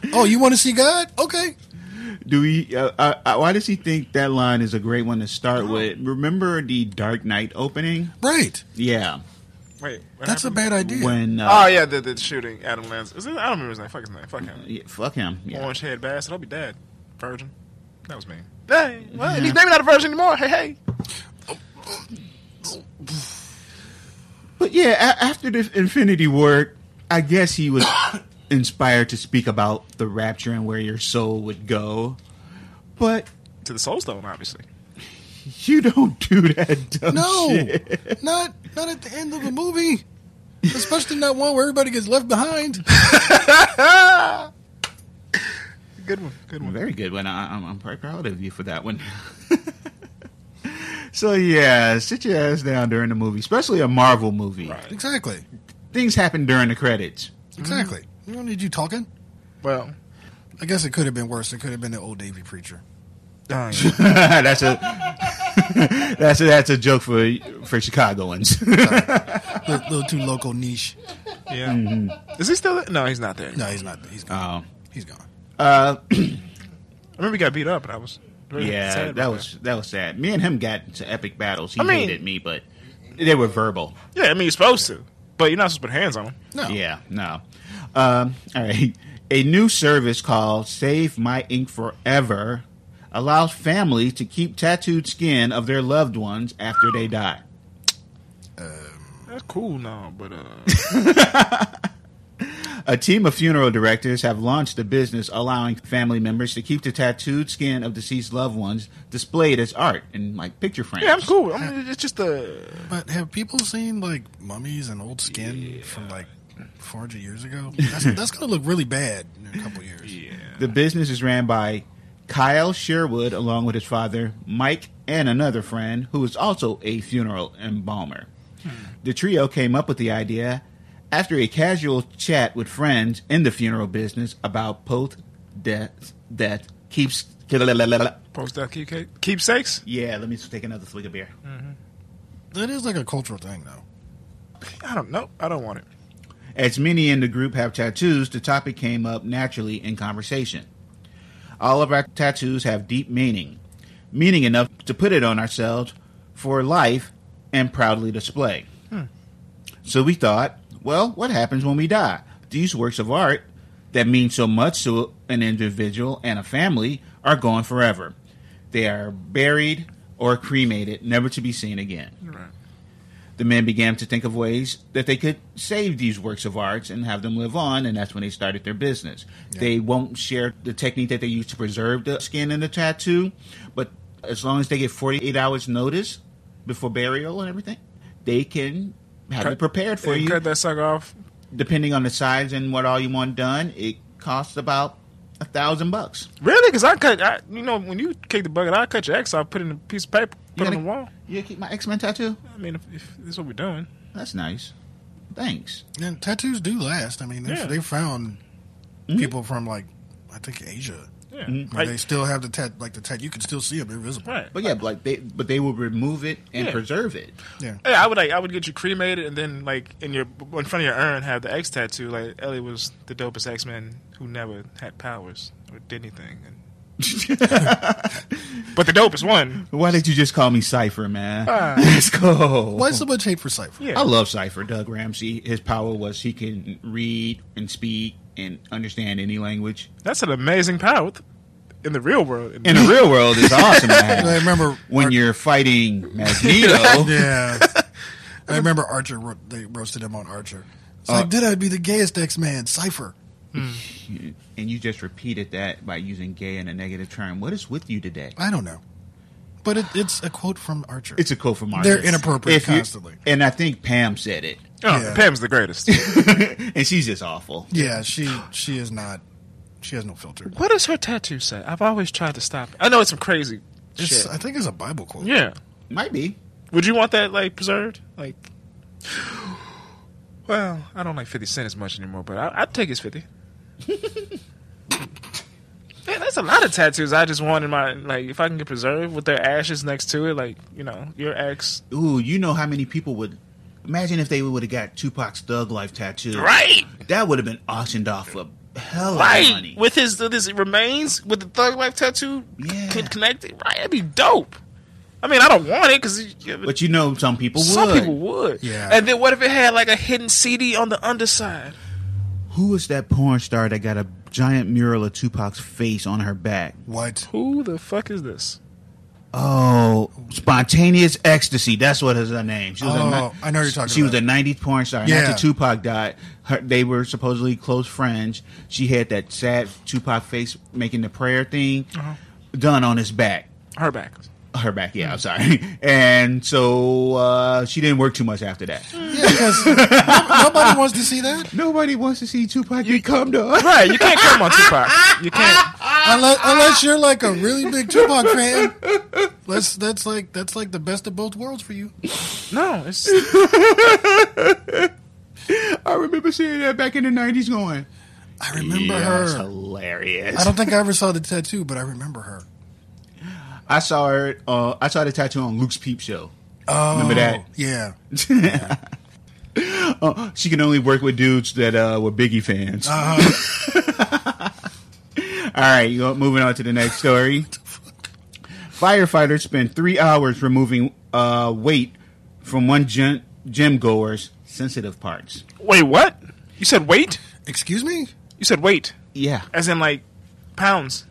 Right. Oh, you want to see God? Okay. Do we? Uh, uh, uh, why does he think that line is a great one to start with? Remember the Dark Knight opening? Right. Yeah. Wait, what That's a happened? bad idea. When uh, Oh yeah, the, the shooting Adam Lanza. Is it, I don't remember his name. Fuck his name. Fuck him. yeah, fuck him. Yeah. Orange head bastard. I'll be dead. Virgin. That was me. Hey, well, and he's maybe not a virgin anymore. Hey, hey. But yeah, a- after the Infinity War, I guess he was inspired to speak about the rapture and where your soul would go. But To the soul stone, obviously. you don't do that dumb *laughs* No, shit. not not at the end of the movie, especially not one where everybody gets left behind. Good one. Good one. Very good one. I, I'm, I'm quite proud of you for that one. *laughs* so yeah, sit your ass down during the movie, especially a Marvel movie. Right. Exactly, Things happen during the credits. *laughs* exactly. Mm-hmm. You don't need you talking. Well, I guess it could have been worse. It could have been the old Davy preacher. dang. that's a *laughs* that's a, that's a joke for for Chicagoans. Little, little too local niche. *laughs* yeah. Is he still? There? No, he's not there. No, he's not. He's *laughs* gone. um, He's gone. uh, I remember he got beat up, and I was. Really sad yeah, about that was that was sad. Me and him got into epic battles. He I mean- hated me, but they were verbal. Yeah, I mean you're supposed to, but you're not supposed to put hands on him. No. Yeah, no. Um, all right. A new service called Save My Ink Forever allows families to keep tattooed skin of their loved ones after they die. That's cool, no, but uh, A team of funeral directors have launched a business allowing family members to keep the tattooed skin of deceased loved ones displayed as art in like picture *laughs* frames. yeah, I'm cool. I mean, it's just a. But have people seen like mummies and old skin from like 400 years ago? That's, that's going to look really bad in a couple years. The business is ran by Kyle Sherwood along with his father, Mike, and another friend who is also a funeral embalmer. The trio came up with the idea after a casual chat with friends in the funeral business about post death death keeps *laughs* Post that keep, keepsakes? yeah, let me take another swig of beer. That is like a cultural thing, though. I don't know. I don't want it. As many in the group have tattoos, the topic came up naturally in conversation. All of our tattoos have deep meaning, meaning enough to put it on ourselves for life and proudly display. So we thought, well, what happens when we die? These works of art that mean so much to an individual and a family are gone forever. They are buried or cremated, never to be seen again. Right. The men began to think of ways that they could save these works of arts and have them live on, and that's when they started their business. They won't share the technique that they use to preserve the skin and the tattoo, but as long as they get 48 hours notice before burial and everything, they can have Cut- it prepared for And you. cut that sucker off. Depending on the size and what all you want done, it costs about a thousand bucks. Really? Because I cut. I, you know, when you kick the bucket, I cut your ex off, put it in a piece of paper, put You it on gotta- the wall. You keep my X Men tattoo? I mean, if, if this is what we're doing, That's nice. Thanks. And tattoos do last. I mean, they Yeah. they found Mm-hmm. people from like I think Asia. yeah. Where Like, they still have the tat, like the tat. You can still see them; they're visible. right. But yeah, but like Mm-hmm. they, but they will remove it and Yeah. preserve it. Yeah. Yeah, I would like I would get you cremated and then like in your in front of your urn have the X tattoo. Like Ellie was the dopest X Man who never had powers or did anything, and, *laughs* but the dopest one. Why did you just call me Cypher, man? Ah. *laughs* Let's go. Why so much hate for Cypher? Yeah, I love Cypher, Doug Ramsey. His power was he can read and speak and understand any language. that's an amazing power in the real world. In the real world, it's *laughs* awesome. man. I remember when Ar- you're fighting *laughs* Magneto. Yeah. I remember Archer. ro- They roasted him on Archer. It's like, did I be the gayest X Man? Cypher. and you just repeated that by using gay in a negative term. What is with you today? I don't know, but it, it's a quote from Archer. It's a quote from Marcus. They're inappropriate you- constantly. and I think Pam said it. oh, yeah. Pam's the greatest. *laughs* and she's just awful. yeah. She she is not. She has no filter. what does her tattoo say? I've always tried to stop. It. I know it's some crazy It's, shit. I think it's a Bible quote. yeah, Might be. would you want that like preserved? Like, *sighs* well, I don't like Fifty Cent as much anymore, but I, I'd take his fifty. *laughs* Man, that's a lot of tattoos. I just want in my like if I can get preserved with their ashes next to it, like you know your ex. Ooh, you know how many people would imagine if they would have got Tupac's Thug Life tattoo. Right, That would have been auctioned off for hell of right. money. With his with his remains with the thug life tattoo Yeah. con- connected. Right, that'd be dope. I mean, I don't want it because some But you know, some people would. people would. Yeah. And then what if it had like a hidden CD on the underside? Who is that porn star that got a giant mural of Tupac's face on her back? What? Who the fuck is this? Oh, spontaneous ecstasy. That's what is her name. She was a Oh, ni- I know who you're talking She was about. a '90s porn star. And Yeah. after Tupac died, her, they were supposedly close friends. She had that sad Tupac face making the prayer thing Uh-huh. done on his back. Her back. Her back, yeah. I'm sorry. *laughs* And so uh, she didn't work too much after that. Yeah, because no- nobody wants to see that Nobody wants to see Tupac get come to us. Right. You can't come on Tupac. You can't. unless, unless you're like a really big Tupac fan. That's that's like that's like the best of both worlds for you. No. It's *laughs* I remember seeing that back in the '90s. Going, I remember yeah, That's her. hilarious. I don't think I ever saw the tattoo, but I remember her. I saw her. Uh, I saw the tattoo on Luke's Peep Show. Oh, Remember that? Yeah. Uh, she can only work with dudes that uh, were Biggie fans. Uh-huh. All right, you know, moving on to the next story. Firefighters spent three hours removing uh, weight from one gym, gym goer's sensitive parts. wait. What? You said wait. Excuse me. You said wait. Yeah, As in like pounds.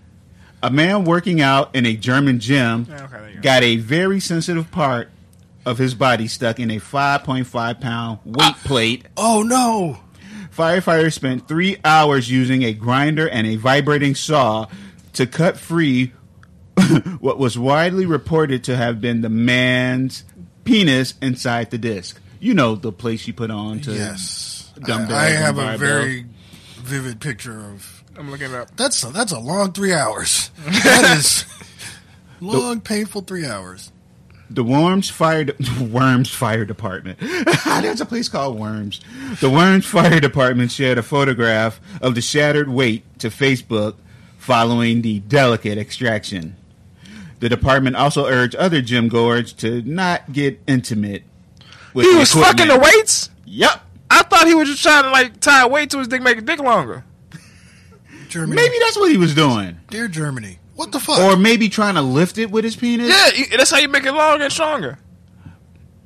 a man working out in a German gym Yeah, Oh, okay, there you go. got a very sensitive part of his body stuck in a 5.5 pound weight plate Oh no. Firefighters spent three hours using a grinder and a vibrating saw to cut free *laughs* what was widely reported to have been the man's penis inside the disc. You know, the place you put on to. Yes. I, dumbbells I and have a barbell. very vivid picture of I'm looking it up. that's a, that's a long three hours. *laughs* That is long, painful three hours. The Worms Fire De- *laughs* Worms Fire Department. *laughs* There's a place called Worms. The Worms Fire Department shared a photograph of the shattered weight to Facebook following the delicate extraction. The department also urged other gym goers to not get intimate with He the was equipment. fucking the weights. Yep. I thought he was just trying to like tie a weight to his dick, make his dick longer. Germany, Maybe that's what he was doing. dear Germany, what the fuck? Or maybe trying to lift it with his penis. Yeah, you- that's how you make it longer and stronger.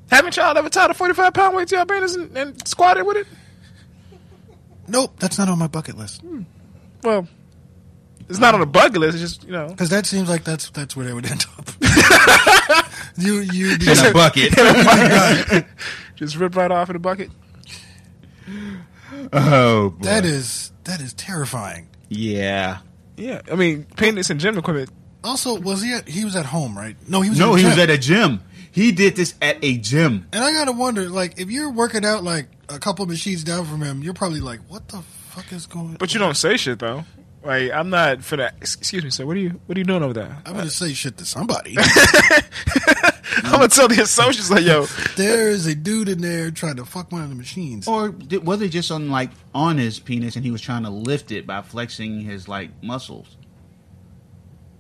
Haven't y'all ever tied a 45 pound weight to your penis and, and squatted with it? nope, that's not on my bucket list Well, it's not on the bucket list. It's just, you know. because that seems like that's that's where they would end *laughs* up. you you be, In a bucket. Just rip right off in the bucket. *laughs* oh, boy. that is that is terrifying. Yeah. Yeah, I mean, penis and gym equipment. Also, was he at, he was at home, right? No, he was No, in he the was gym. at a gym. He did this at a gym. And I gotta wonder, like, if you're working out like a couple machines down from him, you're probably like, "What the fuck is going?" But you don't say shit, though. Like, I'm not for that. Excuse me, sir. What are you, what are you doing over *laughs* there? I'm gonna say shit to somebody. I'm going to tell the associates, like, yo, there is a dude in there trying to fuck one of the machines. Or did, was it just on like on his penis and he was trying to lift it by flexing his like muscles,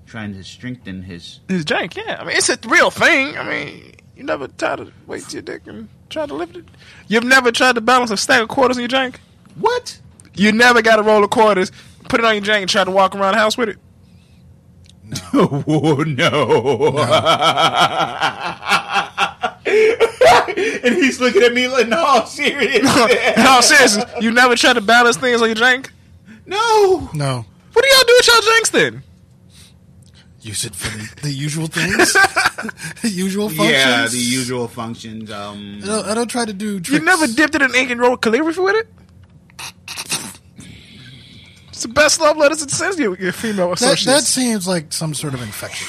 trying to strengthen his? it's jank. Yeah, I mean, it's a real thing. I mean, you never tied a weight to your dick and tried to lift it. You've never tried to balance a stack of quarters in your jank? What? You never got a roll of quarters, put it on your jank, and try to walk around the house with it. *laughs* *laughs* Oh no! *laughs* and he's looking at me like, "No, serious? In all seriousness, you never try to balance things on your jank. *laughs* no, No, What do y'all do with y'all janks then? use it for the, the usual things, the usual functions. Yeah, the usual functions. Um, I don't, I don't try to do. You Tricks. never dipped it in ink and wrote calligraphy with it. It's the best love letters it sends you, your female That, associates. that seems like some sort of infection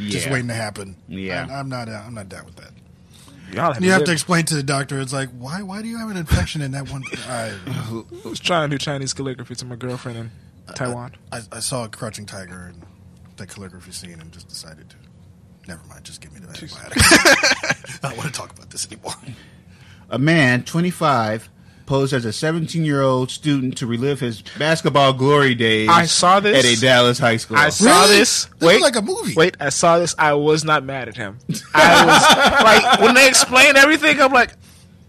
yeah. just waiting to happen. Yeah. I, am not. Uh, I'm not down with that. y'all have And you have live. to explain to the doctor. It's like, why? Why do you have an infection in that one? I, I was trying to do Chinese calligraphy to my girlfriend Uh, in Taiwan. I, I saw a crouching tiger and the calligraphy scene and just decided to. Never mind. Just give me the antibiotics. *laughs* I don't want to talk about this anymore. A man, 25, posed as a 17-year-old student to relive his basketball glory days. I saw this. at a Dallas high school. I saw uh, Really? this. This is wait, like a movie. Wait, I saw this. I was not mad at him. *laughs* I was like, when they explained everything, I'm like,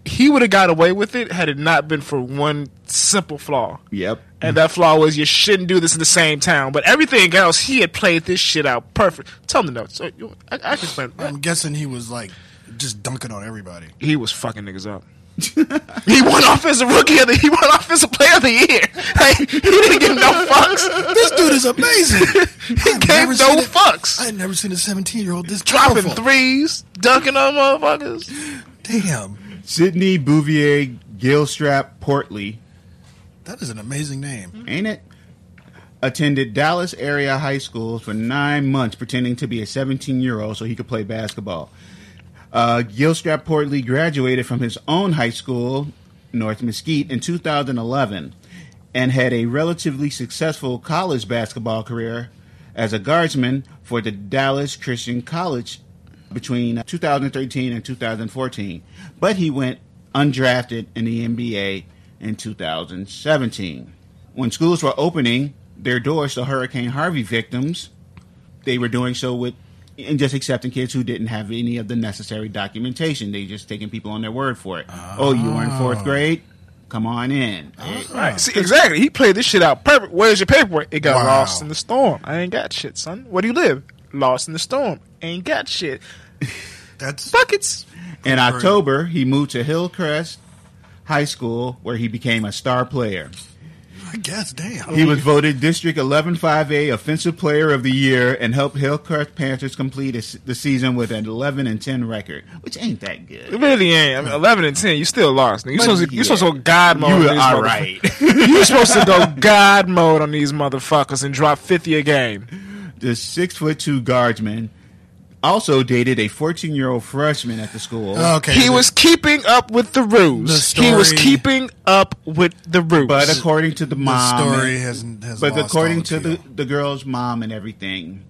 he would have got away with it had it not been for one simple flaw. Yep. And that flaw was you shouldn't do this in the same town. But everything else, he had played this shit out perfect. Tell him the notes. So, you- I, I can explain. I'm guessing he was like just dunking on everybody. He was fucking niggas up. *laughs* he won offensive rookie of the. He won offensive player of the year. *laughs* Like, he didn't give *laughs* no fucks. This dude is amazing. *laughs* He gave never seen no it. I fucks. had never seen a 17 year old this Dropping powerful. threes, dunking on motherfuckers. Damn, Sydney Bouvier Gilstrap Portley, that is an amazing name. ain't it? Attended Dallas area high schools for nine months, pretending to be a 17 year old so he could play basketball. Uh, Gilstrap Portley graduated from his own high school, North Mesquite, in 2011 and had a relatively successful college basketball career as a guardsman for the Dallas Christian College between 2013 and 2014. But he went undrafted in the NBA in 2017. When schools were opening their doors to Hurricane Harvey victims, they were doing so with and just accepting kids who didn't have any of the necessary documentation. They just taking people on their word for it. Oh, you were in fourth grade? Come on in. Right. See, exactly. He played this shit out perfect. Where's your paperwork? It got Wow. lost in the storm. I ain't got shit, son. Where do you live? Lost in the storm. Ain't got shit. That's Buckets. In October, he moved to Hillcrest High School, where he became a star player. I guess. Damn. He was voted District 11 5A Offensive Player of the Year and helped Hillcrest Panthers complete a, the season with an 11 and 10 record, which ain't that It good. really ain't. I mean, eleven and ten. You still lost. nigga. You But supposed to, you yeah. supposed to go god mode. You on were these all motherfuckers. right. *laughs* *laughs* you supposed to go god mode on these motherfuckers and drop fifty a game. the six foot two guardsman also dated a 14 year old freshman at the school. Oh, Okay. He the- was keeping up with the ruse. The He was story- keeping up with the ruse. but according to the the mom, story hasn't. Has but lost according all to the, appeal. the girl's mom and everything,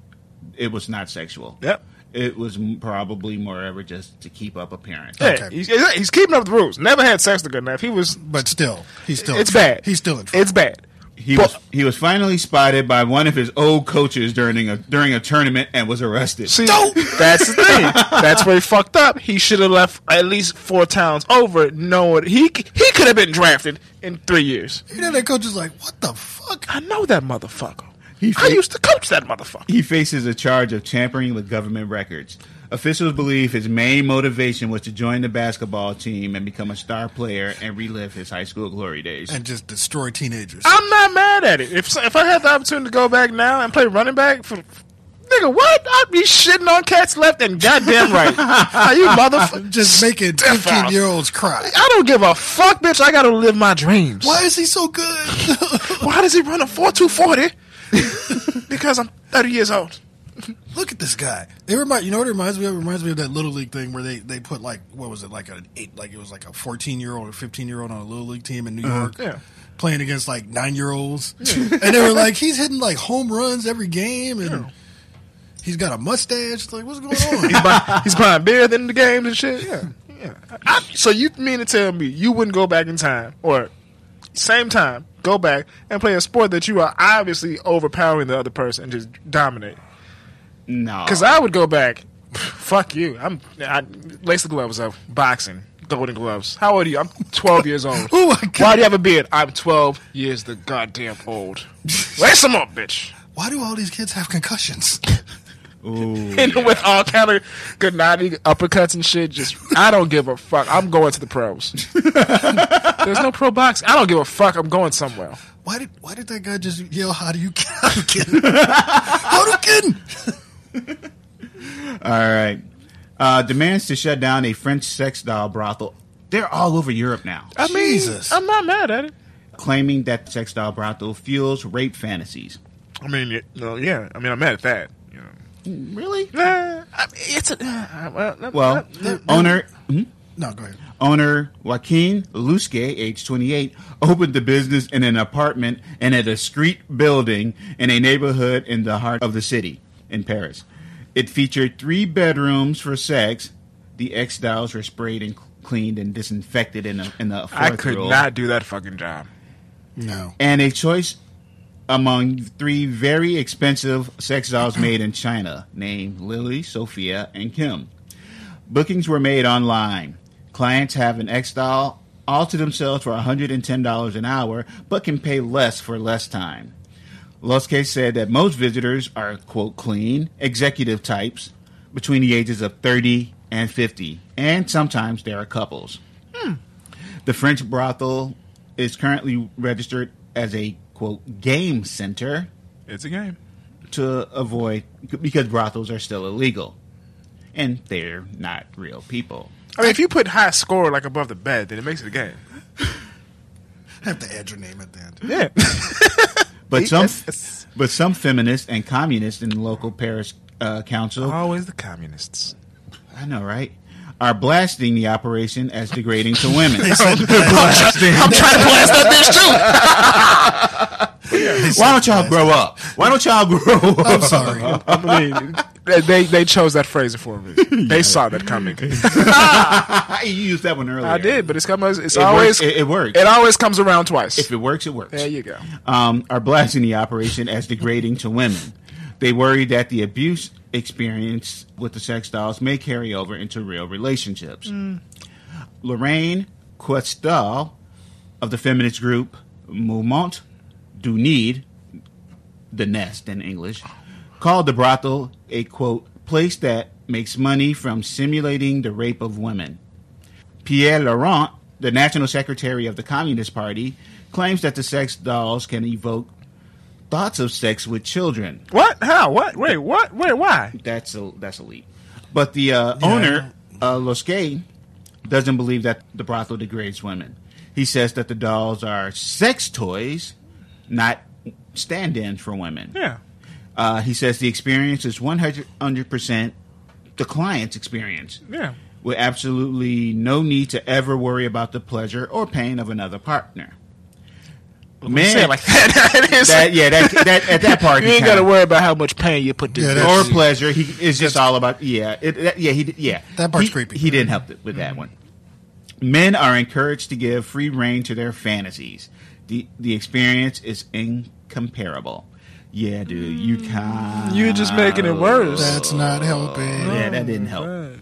it was not sexual. Yep. It was m- probably more ever just to keep up appearance. yeah, okay. he's, he's keeping up with the rules. Never had sex with good enough. He was. but still, he's still. It's in trouble. bad. He's still in trouble. It's bad. He But- was he was finally spotted by one of his old coaches during a during a tournament and was arrested. See, that's the thing. That's where he fucked up. He should have left at least four towns over, knowing he c- he could have been drafted in three years. You know, that coach is like, "What the fuck?" I know that motherfucker. He I fa- used to coach that motherfucker. He faces a charge of tampering with government records. Officials believe his main motivation was to join the basketball team and become a star player and relive his high school glory days. And just destroy teenagers. I'm not mad at it. If so- if I had the opportunity to go back now and play running back for. Nigga, what? I'd be shitting on cats left and goddamn right. Are you motherfucker? just making Stiff arm. fifteen-year-olds cry. I don't give a fuck, bitch. I gotta live my dreams. Why is he so good? *laughs* Why does he run a 4 240? because I'm 30 years old. Look at this guy. It remind you know what it reminds me of? It reminds me of that little league thing where they, they put like what was it like an eight like it was like a fourteen year old or fifteen year old on a little league team in New York. Uh-huh. yeah. Playing against like nine *laughs* year olds. and they were like, he's hitting like home runs every game and he's got a mustache. It's Like, what's *laughs* going He's on? buying, he's buying beer at the end of the games and shit. Yeah, yeah. I, so you mean to tell me you wouldn't go back in time or same time go back and play a sport that you are obviously overpowering the other person and just dominate? No, Because I would go back. *sighs* Fuck you. I'm. I lace the gloves up. Boxing. Golden gloves. How old are you? I'm 12 years old. *laughs* Oh my God. Why do you have a beard? I'm 12 years the goddamn *laughs* old. Lace them up, bitch. Why do all these kids have concussions? *laughs* And with all kind of Gennady uppercuts and shit. Just I don't give a fuck. I'm going to the *laughs* pros. There's no pro box. I don't give a fuck. I'm going somewhere. Why did why did that guy just yell, How do you I'm kidding? *laughs* How do you kidding? all right. Uh, demands to shut down a French sex doll brothel. They're all over Europe now, I mean, Jesus. I'm not mad at it. claiming that the sex doll brothel fuels rape fantasies. I mean, y- no, yeah. I mean, I'm mad at that. You know. Really? Nah, I mean, it's a uh, well. Well, owner hmm? No, go ahead. Owner Joaquin Luske, age 28, opened the business in an apartment in a discreet building in a neighborhood in the heart of the city in Paris. It featured three bedrooms for sex. The exiles were sprayed and cleaned and disinfected in the, in the fourth I could room. not do that fucking job. No. And a choice among three very expensive sex dolls made in China named Lily, Sophia, and Kim. Bookings were made online. Clients have an X doll all to themselves for $110 an hour, but can pay less for less time. Luske said that most visitors are, quote, clean, executive types between the ages of 30 and 50, and sometimes there are couples. The French brothel is currently registered as a, quote, game center It's a game. to avoid, because brothels are still illegal. And they're not real people. I mean, if you put high score like above the bed, then it makes it a game. Have to add your name at the end. Yeah. But some, Yes. but some feminists and communists in the local parish uh, council, *laughs* Always the communists. I know, right, are blasting the operation as degrading to *laughs* women. I'm trying to blast that bitch too. Why *laughs* don't y'all grow up? Why don't y'all grow up? I'm sorry. I mean, they, they they chose that phrase for me. *laughs* They saw that coming. *laughs* I used that one earlier. I did, but it's come. It's It always works- it- it works. It always comes around twice. If it works, it works. there you go. um, are blasting the operation as degrading to women. They worry that the abuse experience with the sex dolls may carry over into real relationships. Lorraine Questal of the feminist group Mouvement du Need, the nest in English, called the brothel a quote place that makes money from simulating the rape of women. Pierre Laurent, the national secretary of the Communist Party, claims that the sex dolls can evoke thoughts of sex with children. What? How? What? Wait. What? Wait. Why? That's a that's a leap. But the uh, owner, uh, Losque, doesn't believe that the brothel degrades women. He says that the dolls are sex toys, not stand-ins for women. Yeah. Uh, he says the experience is 100% the client's experience Yeah. with absolutely no need to ever worry about the pleasure or pain of another partner. Man, Say it like *laughs* that. It is- that, yeah, that, that at that part, you he ain't kinda- gotta worry about how much pain you put. Yeah, Yeah, that's- or pleasure. He is just all about yeah, it, that, yeah, he did- yeah. That part's he, creepy. He didn't help it with that one. Men are encouraged to give free rein to their fantasies. the The experience is incomparable. Yeah, dude, you Mm. can You're just making it worse. That's not helping. Yeah, that didn't help.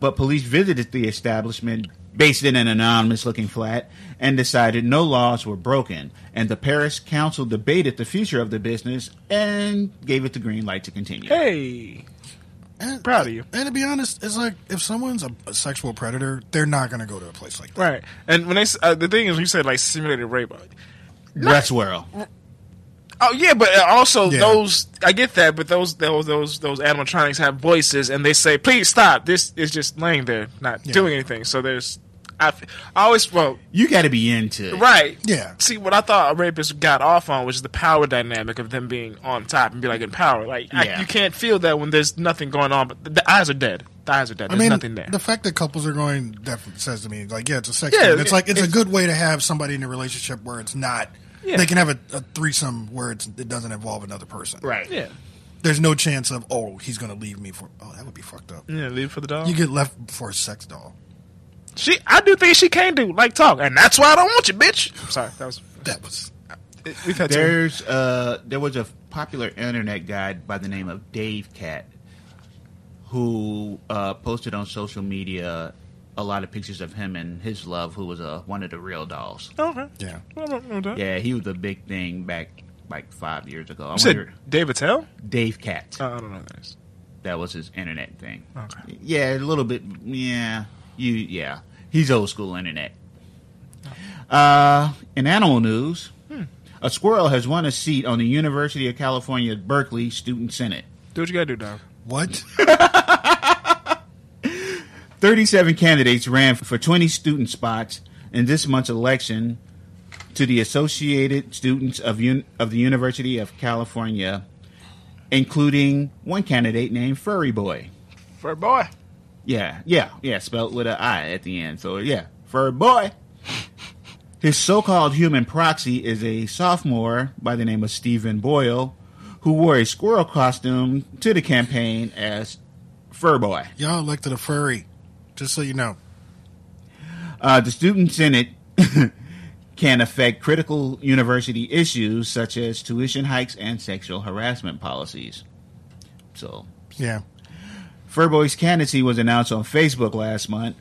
But police visited the establishment based in an anonymous looking flat and decided no laws were broken. And the Paris Council debated the future of the business and gave it the green light to continue. Hey. And, Proud of you. And to be honest, it's like if someone's a, a sexual predator, they're not going to go to a place like that. Right. And when they s- uh, the thing is, when you said like simulated rape. uh, That's world. Oh yeah, but uh, also Yeah. those I get that, but those those those those animatronics have voices and they say, "Please stop." This is just laying there, not Yeah. doing anything. So there's, I, f- I always well, You got to be into it. right. Yeah. See, what I thought a rapist got off on was the power dynamic of them being on top and be like in power. Like I- Yeah. you can't feel that when there's nothing going on. But the, the eyes are dead. The eyes are dead. I There's mean, nothing there. the fact that couples are going that says to me, like, yeah, it's a sex. Yeah, thing. it's like it's, it's- a good way to have somebody in a relationship where it's not. Yeah. They can have a, a threesome where it's, it doesn't involve another person. Right. yeah. There's no chance of oh he's going to leave me for oh that would be fucked up. Yeah. Leave it for the dog. You get left for a sex doll. she, I do things she can't do, like talk, and that's why I don't want you, bitch. Sorry, that was. That was We've had too- There's uh there was a popular internet guy by the name of Dave Cat who uh, posted on social media a lot of pictures of him and his love who was uh, one of the real dolls. Oh, Okay. yeah. Well, I don't know that. Yeah, he was a big thing back like 5 years ago. I You wonder said David Tell? Dave Cat. Uh, I don't know who that is. that was his internet thing. Okay. Yeah, a little bit. Yeah, you. Yeah, he's old school internet. Oh. Uh, in animal news, Hmm. a squirrel has won a seat on the University of California Berkeley Student Senate. Do what you gotta do, dog. What? 37 candidates ran for 20 student spots in this month's election to the Associated Students of, Un- of the University of California, including one candidate named Furry Boy. For a boy. Yeah, yeah, yeah, spelled with an I at the end. So, yeah, fur boy. His so called human proxy is a sophomore by the name of Stephen Boyle, who wore a squirrel costume to the campaign as Fur Boy. Y'all elected a furry. Just so you know. Uh, the Student Senate *laughs* can affect critical university issues such as tuition hikes and sexual harassment policies. So, Yeah. Furboy's candidacy was announced on Facebook last month,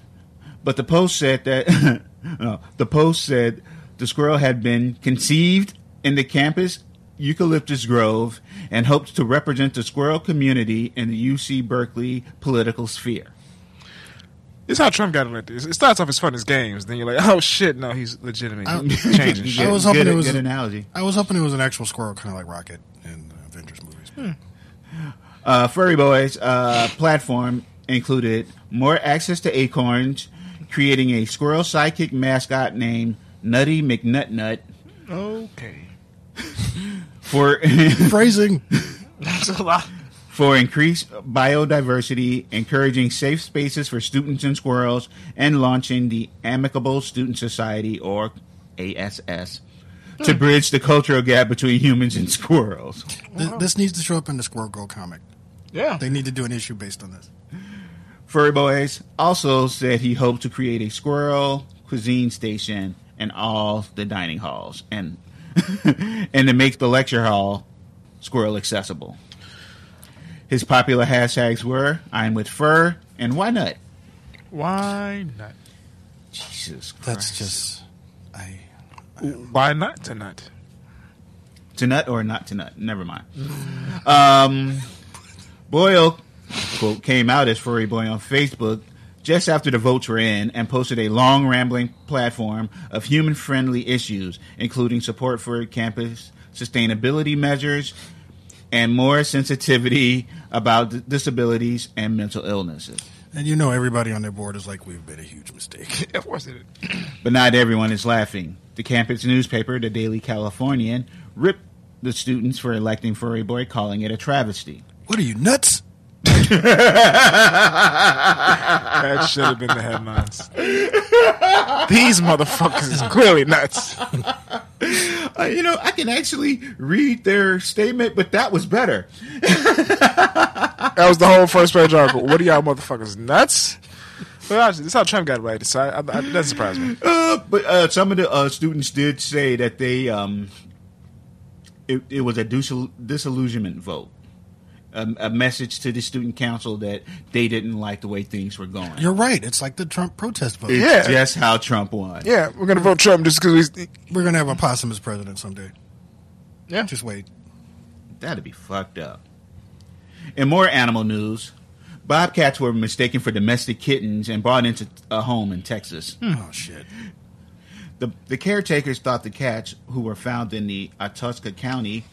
but the post said that *laughs* No, the post said the squirrel had been conceived in the campus eucalyptus grove and hopes to represent the squirrel community in the UC Berkeley political *laughs* sphere. It's how Trump got elected. It's- It starts off as fun as games. Then you're like, oh shit, no, he's legitimate. I- He's changing You shit. get- was hoping good- it was- good analogy. I was hoping it was an actual squirrel, kind of like Rocket in the Avengers movies. Hmm. but- Uh, Furry Boys uh, platform included more access to acorns, creating a squirrel sidekick mascot named Nutty McNutnut Okay. for *laughs* *laughs* Phrasing. That's a lot. for increased biodiversity, encouraging safe spaces for students and squirrels, and launching the Amicable Student Society, or ASS, to bridge the cultural gap between humans and squirrels. Th- this needs to show up in the Squirrel Girl comic. Yeah. They need to do an issue based on this. Furry Boys also said he hoped to create a squirrel cuisine station in all the dining halls and *laughs* and to make the lecture hall squirrel accessible. His popular hashtags were I'm with fur and why not? Why not? Jesus Christ. That's just. I. Why not tonight? to nut or not to nut. Never mind. Um, Boyle quote came out as Furry Boy on Facebook just after the votes were in and posted a long rambling platform of human friendly issues, including support for campus sustainability measures and more sensitivity about d- disabilities and mental illnesses. And you know, everybody on their board is like, we've made a huge mistake. *laughs* Of course it is. But not everyone is laughing. The campus newspaper, the Daily Californian, ripped the students for electing Furry Boy, calling it a travesty. What are you, nuts? *laughs* That should have been the headlines. *laughs* These motherfuckers is clearly nuts. Uh, you know, I can actually read their statement, but that was better. That was the whole first page article. What are y'all motherfuckers nuts? Well, actually, that's how Trump got elected. So I, I, I, that surprised me. Uh, but uh, some of the uh, students did say that they um, it, it was a dis- disillusionment vote, a, a message to the student council that they didn't like the way things were going. You're right. It's like the Trump protest vote. it's Yeah. just how Trump won. Yeah, we're gonna vote Trump just because we. We're going to have a possum as president someday. Yeah. Just wait. That'd be fucked up. In more animal news, bobcats were mistaken for domestic kittens and brought into a home in Texas. Hmm. Oh, shit. The, the caretakers thought the cats, who were found in the Atasca County,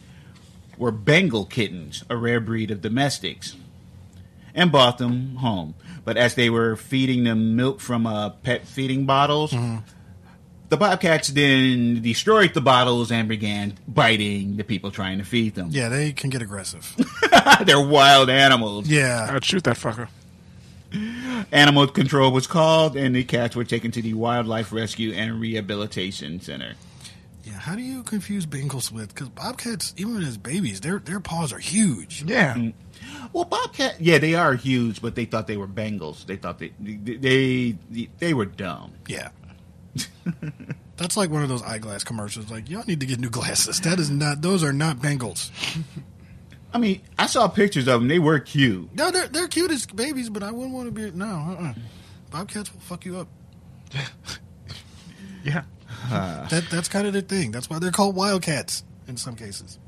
were Bengal kittens, a rare breed of domestics, and bought them home. But as they were feeding them milk from uh, pet feeding bottles, Mm-hmm. the bobcats then destroyed the bottles and began biting the people trying to feed them. Yeah, they can get aggressive. *laughs* *laughs* They're wild animals. Yeah. I'd shoot that fucker. Animal control was called, and the cats were taken to the Wildlife Rescue and Rehabilitation Center. Yeah. How do you confuse Bengals with? Because bobcats, even as babies, their their paws are huge. Yeah. Mm. Well, bobcat, yeah, they are huge, but they thought they were Bengals. They thought they they they, they were dumb. Yeah. *laughs* That's like one of those eyeglass commercials. Like, y'all need to get new glasses. That is not. Those are not Bengals. I mean, I saw pictures of them. They were cute. No, they're they're cute as babies, but I wouldn't want to be. No, uh-uh. bobcats will fuck you up. Yeah. That that's kind of their thing. That's why they're called wildcats in some cases.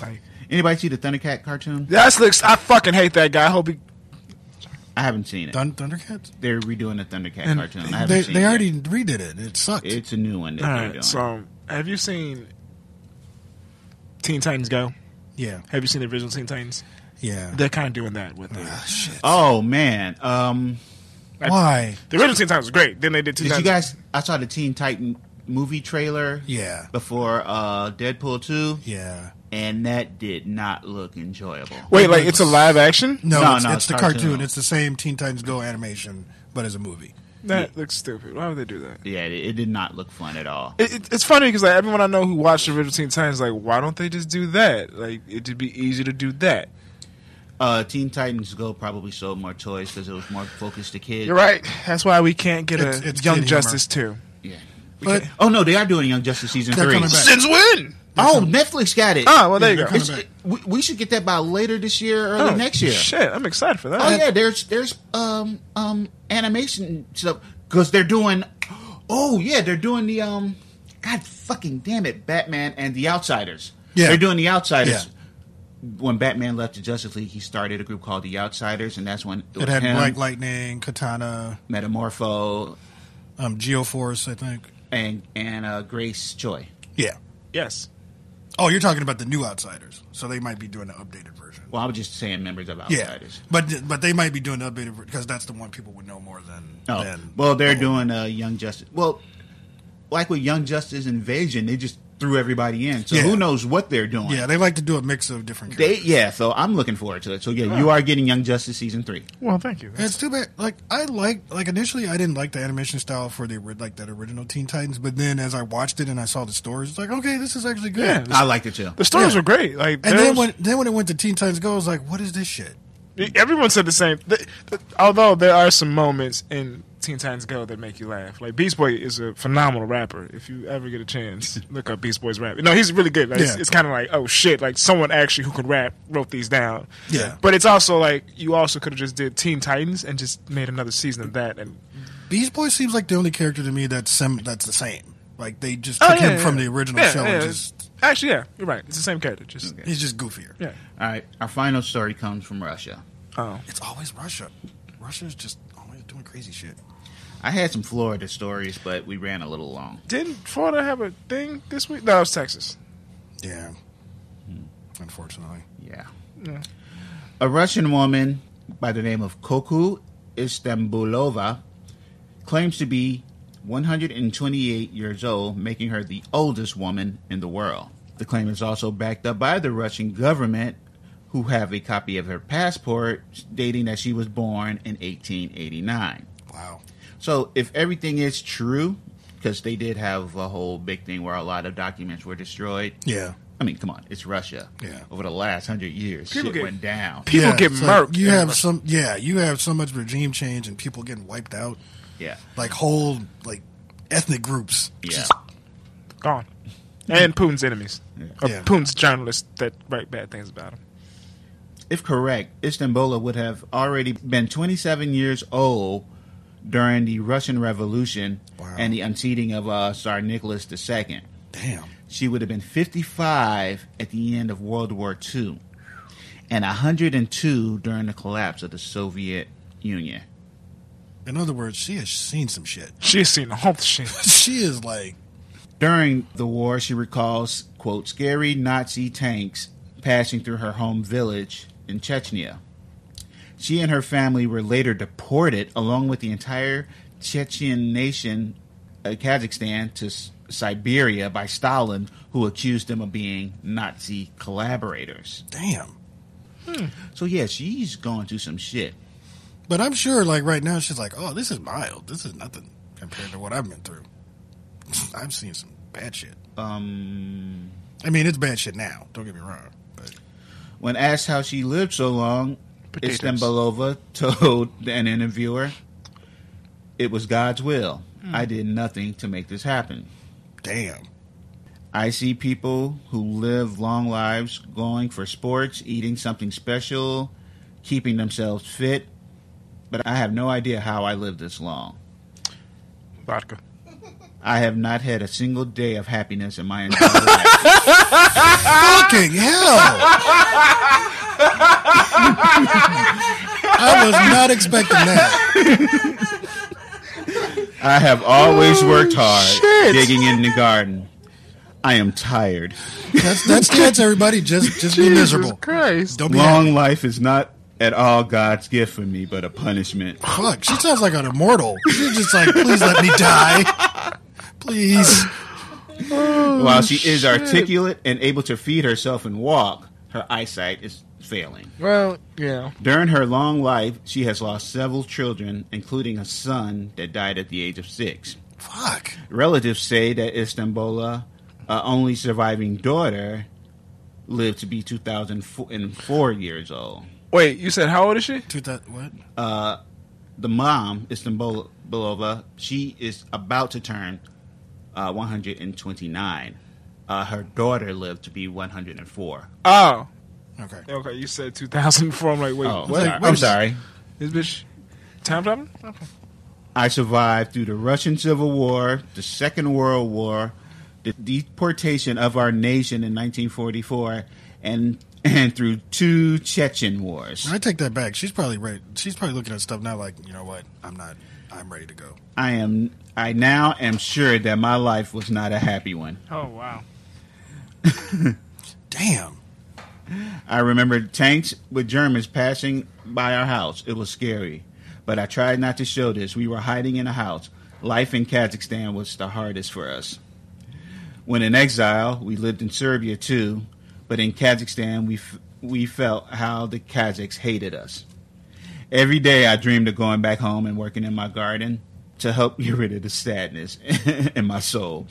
Like Anybody see the Thundercat cartoon? that's looks. I fucking hate that guy. I hope he. I haven't seen it. Thun- Thundercats. They're redoing the Thundercat And cartoon. I haven't They seen they it. already redid it. It sucked. It's a new one that All they're doing. right. So, um, have you seen Teen Titans Go? yeah. Have you seen the original Teen Titans? Yeah. They're kind of doing that with it. Ah, shit. oh man, um, Why? The original Teen Titans was great. Then they did Teen did you Titans. guys? I saw the Teen Titan movie trailer. Yeah. Before uh, Deadpool two, Yeah. and that did not look enjoyable. Wait, like it's a live action? No, No, it's, no, it's it's the cartoon. cartoon. It's the same Teen Titans Go animation, but as a movie. That looks stupid. Why would they do that? Yeah, it, it did not look fun at all. It, it, it's funny because like everyone I know who watched the original Teen Titans, like, why don't they just do that? Like, it'd be easy to do that. Uh, Teen Titans Go probably sold more toys because it was more focused to kids. You're right. That's why we can't get It's- a it's Young kid Justice two. Yeah. But Oh no, they are doing Young Justice season They're three. coming back. Since when? Oh, Netflix got it. Oh, well, there you they're go. coming It's- back. we, we should get that by later this year, early Oh, next year. Shit, I'm excited for that. Oh yeah, there's there's um um animation stuff because they're doing Oh yeah, they're doing the um. God fucking damn it, Batman and the Outsiders. Yeah. they're doing the Outsiders. Yeah. When Batman left the Justice League, he started a group called the Outsiders, and that's when it, was It had him, Black Lightning, Katana, Metamorpho, um, Geoforce, I think. and and uh, Grace Choi. Yeah. Yes. Oh, you're talking about the new Outsiders, so they might be doing the updated version. Well, I was just saying members of Yeah, Outsiders. but but they might be doing the updated version because that's the one people would know more than. Oh, than well, they're oh, doing uh, Young Justice. Well, like with Young Justice Invasion, they just threw everybody in. So Yeah. who knows what they're doing? Yeah, they like to do a mix of different. They, Characters. yeah, so I'm looking forward to it. So yeah, you are getting Young Justice season three. Well, thank you. And it's too bad. Like I like like initially I didn't like the animation style for the ori- like that original Teen Titans, but then as I watched it and I saw the stories, it's like okay, this is actually good. Yeah. I liked it too. The stories Yeah. were great. Like And there then was- when then when it went to Teen Titans Go, I was like, what is this shit? Everyone said the same. Th- th- although there are some moments in Teen Titans Go that make you laugh. Like Beast Boy is a phenomenal rapper. If you ever get a *laughs* chance, look up Beast Boy's rap. No, he's really good. Like, It's, Yeah. it's kind of like oh shit, like someone actually who could rap wrote these down. Yeah. But it's also like you also could have just did Teen Titans and just made another season of that. And Beast Boy seems like the only character to me that's sim- that's the same. Like they just Oh, took yeah, him yeah, from yeah. the original Yeah, show yeah. and just Actually, yeah, you're right. It's the same character. Just he's just goofier. yeah. All right, our final story comes from Russia. Oh, It's always Russia. Russia's just always doing crazy shit. I had some Florida stories, but we ran a little long. didn't Florida have a thing this week? No, it was Texas. Yeah. Hmm. Unfortunately. Yeah. A Russian woman by the name of Koku Istanbulova claims to be 128 years old, making her the oldest woman in the world. The claim is also backed up by the Russian government, who have a copy of her passport stating that she was born in 1889. Wow. So if everything is true, because they did have a whole big thing where a lot of documents were destroyed. Yeah. I mean, come on, it's Russia. Yeah. Over the last hundred years, People shit get- went down. People Yeah, get it's like murked. you in have Russia. some yeah, you have so much regime change and people getting wiped out. Yeah. Like whole like ethnic groups. Yeah. Just- gone. And Putin's enemies. Or Yeah. Putin's journalists that write bad things about him. If correct, Istanbul would have already been 27 years old during the Russian Revolution Wow. and the unseating of uh, Tsar Nicholas II. damn. She would have been 55 at the end of World War II and 102 during the collapse of the Soviet Union. In other words, she has seen some shit. *laughs* She's seen the whole shit. She is like During the war, she recalls, quote, scary Nazi tanks passing through her home village in Chechnya. She and her family were later deported, along with the entire Chechen nation, uh, Kazakhstan, to S- Siberia by Stalin, who accused them of being Nazi collaborators. damn. So, yeah, she's going through some shit. But I'm sure like right now she's like, Oh, this is mild. This is nothing compared to what I've been through. *laughs* I've seen some bad shit. Um, I mean it's bad shit now, don't get me wrong. But When asked how she lived so long, Potatoes. Istanbulova *laughs* told an interviewer, It was God's will. Hmm. I did nothing to make this happen. damn. I see people who live long lives going for sports, eating something special, keeping themselves fit, but I have no idea how I lived this long. *laughs* Vodka. I have not had a single day of happiness in my entire *laughs* life. Fucking hell! I was not expecting that. I have always worked hard, Oh, shit. digging in the garden. I am tired. That's that's chance, everybody. Just just be miserable. Christ. Don't be Long life is not at all God's gift for me, but a punishment. happy. Fuck, she sounds like an immortal. She's just like, please let me die. *laughs* Please. While she is articulate and able to feed herself and walk, her eyesight is failing. Well, yeah. During her long life, she has lost several children, including a son that died at the age of six. Fuck. Relatives say that Istanbul's uh, only surviving daughter lived to be 2004 years old. Wait, you said how old is she? Dude, that what? the mom, Istanbulova, she is about to turn uh, 129. Uh, her daughter lived to be 104. Oh. Okay. Okay, you said 2004. I'm like, wait, Oh, what? sorry. Wait, I'm sorry. This bitch. Time traveling? Okay. I survived through the Russian Civil War, the Second World War, the deportation of our nation in 1944, and and through two Chechen wars. I take that back. She's probably right. She's probably looking at stuff now, like you know what? I'm not. I'm ready to go. I am I now am sure that my life was not a happy one. Oh wow. Damn. I remember tanks with Germans passing by our house. It was scary, but I tried not to show this. We were hiding in a house. Life in Kazakhstan was the hardest for us. When in exile, we lived in Serbia too, but in Kazakhstan, we, f- we felt how the Kazakhs hated us. Every day, I dreamed of going back home and working in my garden to help *laughs* get rid of the sadness *laughs* in my soul.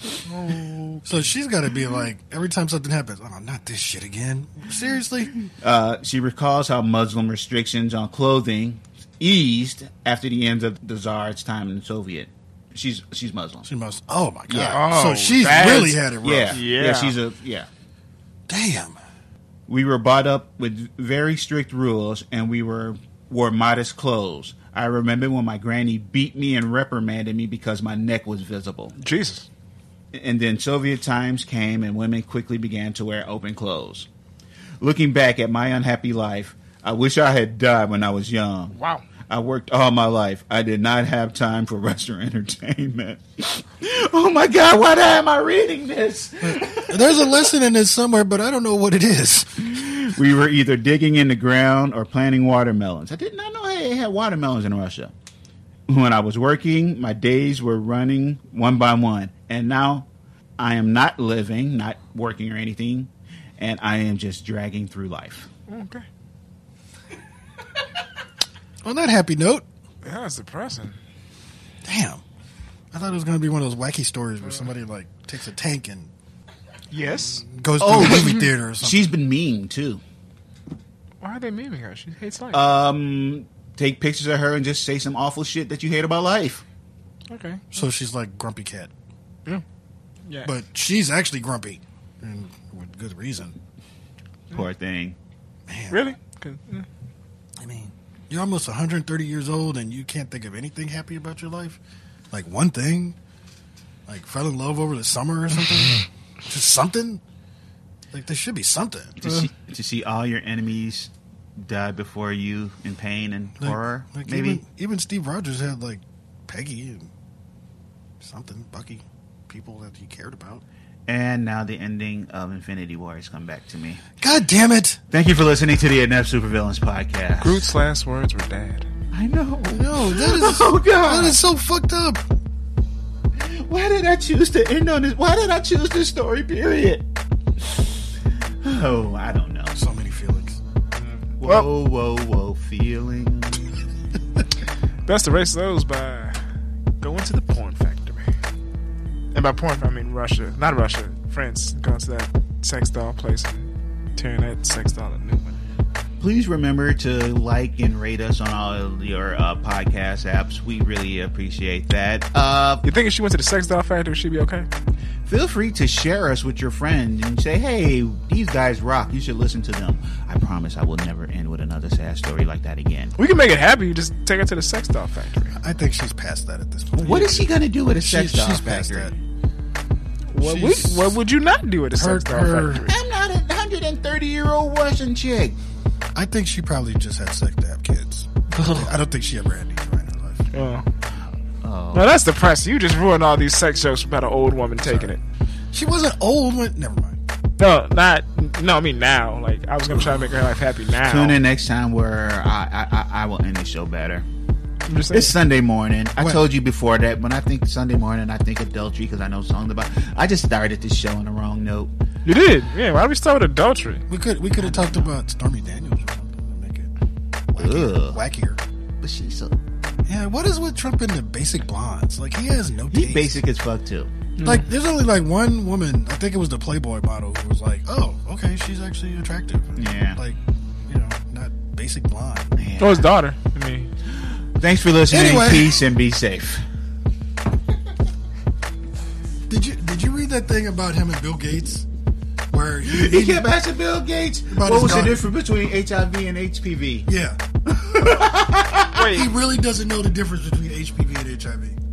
So she's got to be like every time something happens. Oh, not this shit again. Seriously. Uh, she recalls how Muslim restrictions on clothing eased after the end of the Tsar's time in the Soviet. She's she's Muslim. She must. Oh my god. Yeah. Oh, so she's that's- really had it rough. yeah. Yeah. yeah, She's a yeah. Damn. We were brought up with very strict rules, and we were wore modest clothes. I remember when my granny beat me and reprimanded me because my neck was visible. Jesus. and then Soviet times came and women quickly began to wear open clothes. Looking back at my unhappy life, I wish I had died when I was young. Wow. I worked all my life. I did not have time for *laughs* restaurant entertainment. *laughs* oh my God, why the hell am I reading this? There's a lesson in this somewhere, but I don't know what it is. we were either digging in the ground or planting watermelons. I did not know they had watermelons in Russia. When I was working, my days were running one by one, and now I am not living, not working or anything, and I am just dragging through life. Okay. On that happy note, Yeah, that's depressing. damn. I thought it was going to be one of those wacky stories where somebody like takes a tank and Yes. goes to a movie theater or something. She's been mean too. Why are they memeing her? She hates life. Um, take pictures of her and just say some awful shit that you hate about life. okay. so she's like grumpy cat, Yeah. but she's actually grumpy, and with good reason. Poor thing. Man, really? 'Cause, eh. I mean, you're almost 130 years old and you can't think of anything happy about your life. Like one thing, like fell in love over the summer *laughs* or something. Just something. Like there should be something. To see, to see all your enemies die before you in pain and Like- horror, like maybe. Even, even Steve Rogers had like Peggy and something, Bucky, people that he cared about. And now the ending of Infinity War has come back to me. God damn it! Thank you for listening to the Inept Supervillains podcast. Groot's last words were dad. I know. No, that is *laughs* Oh, God. that is so fucked up. Why did I choose to end on this? Why did I choose this story? Period. Oh, I don't know. So many feelings. Whoa, whoa, whoa, feeling. Best erase those by going to the porn factory. And by porn, I mean Russia. Not Russia, France. Going to that sex doll place and tearing that sex doll a new one. Please remember to like and rate us on all of your uh, podcast apps. We really appreciate that. Uh, You think if she went to the sex doll factory, she'd be okay? feel free to share us with your friends and say, hey, these guys rock. You should listen to them. I promise I will never end with another sad story like that again. We can make it happy. You just take her to the sex doll factory. I think she's past that at this point. What is she going to do with a She's, sex doll she's past factory? that. What, we, She's- what would you not do at a Her- sex doll her- factory? *laughs* I'm not a 130 year old Russian chick. I think she probably just had sex to *laughs* have kids. I don't think she ever had any joy in her life. Oh. Well, that's depressing. You just ruined all these sex jokes about an old woman taking it. She wasn't old when. Never mind. No, not. No, I mean now. Like I was gonna try to make her life happy now. Tune in next time where I, I, I- I will end the show better. I'm just saying. It's Sunday morning. I What? told you before that when I think Sunday morning, I think adultery because I know songs about. I just started this show on the wrong note. you did. Yeah. Why do we start with adultery? We could we could have talked about Stormy Daniels or something to make it wackier. Ugh. wackier. But she's so Yeah, what is with Trump and the basic blondes? Like he has no he taste. basic mm. as fuck too. Like there's only like one woman. I think it was the Playboy model who was like, "Oh, okay, she's actually attractive." Yeah. Like, you know, not basic blonde. Man. Or his daughter. I mean. Thanks for listening. Anyway. Peace and be safe. Did you did you read that thing about him and Bill Gates? Where *laughs* he, He kept asking Bill Gates, what About his was the daughter. difference between HIV and HPV? yeah. afraid. He really doesn't know the difference between HPV and HIV.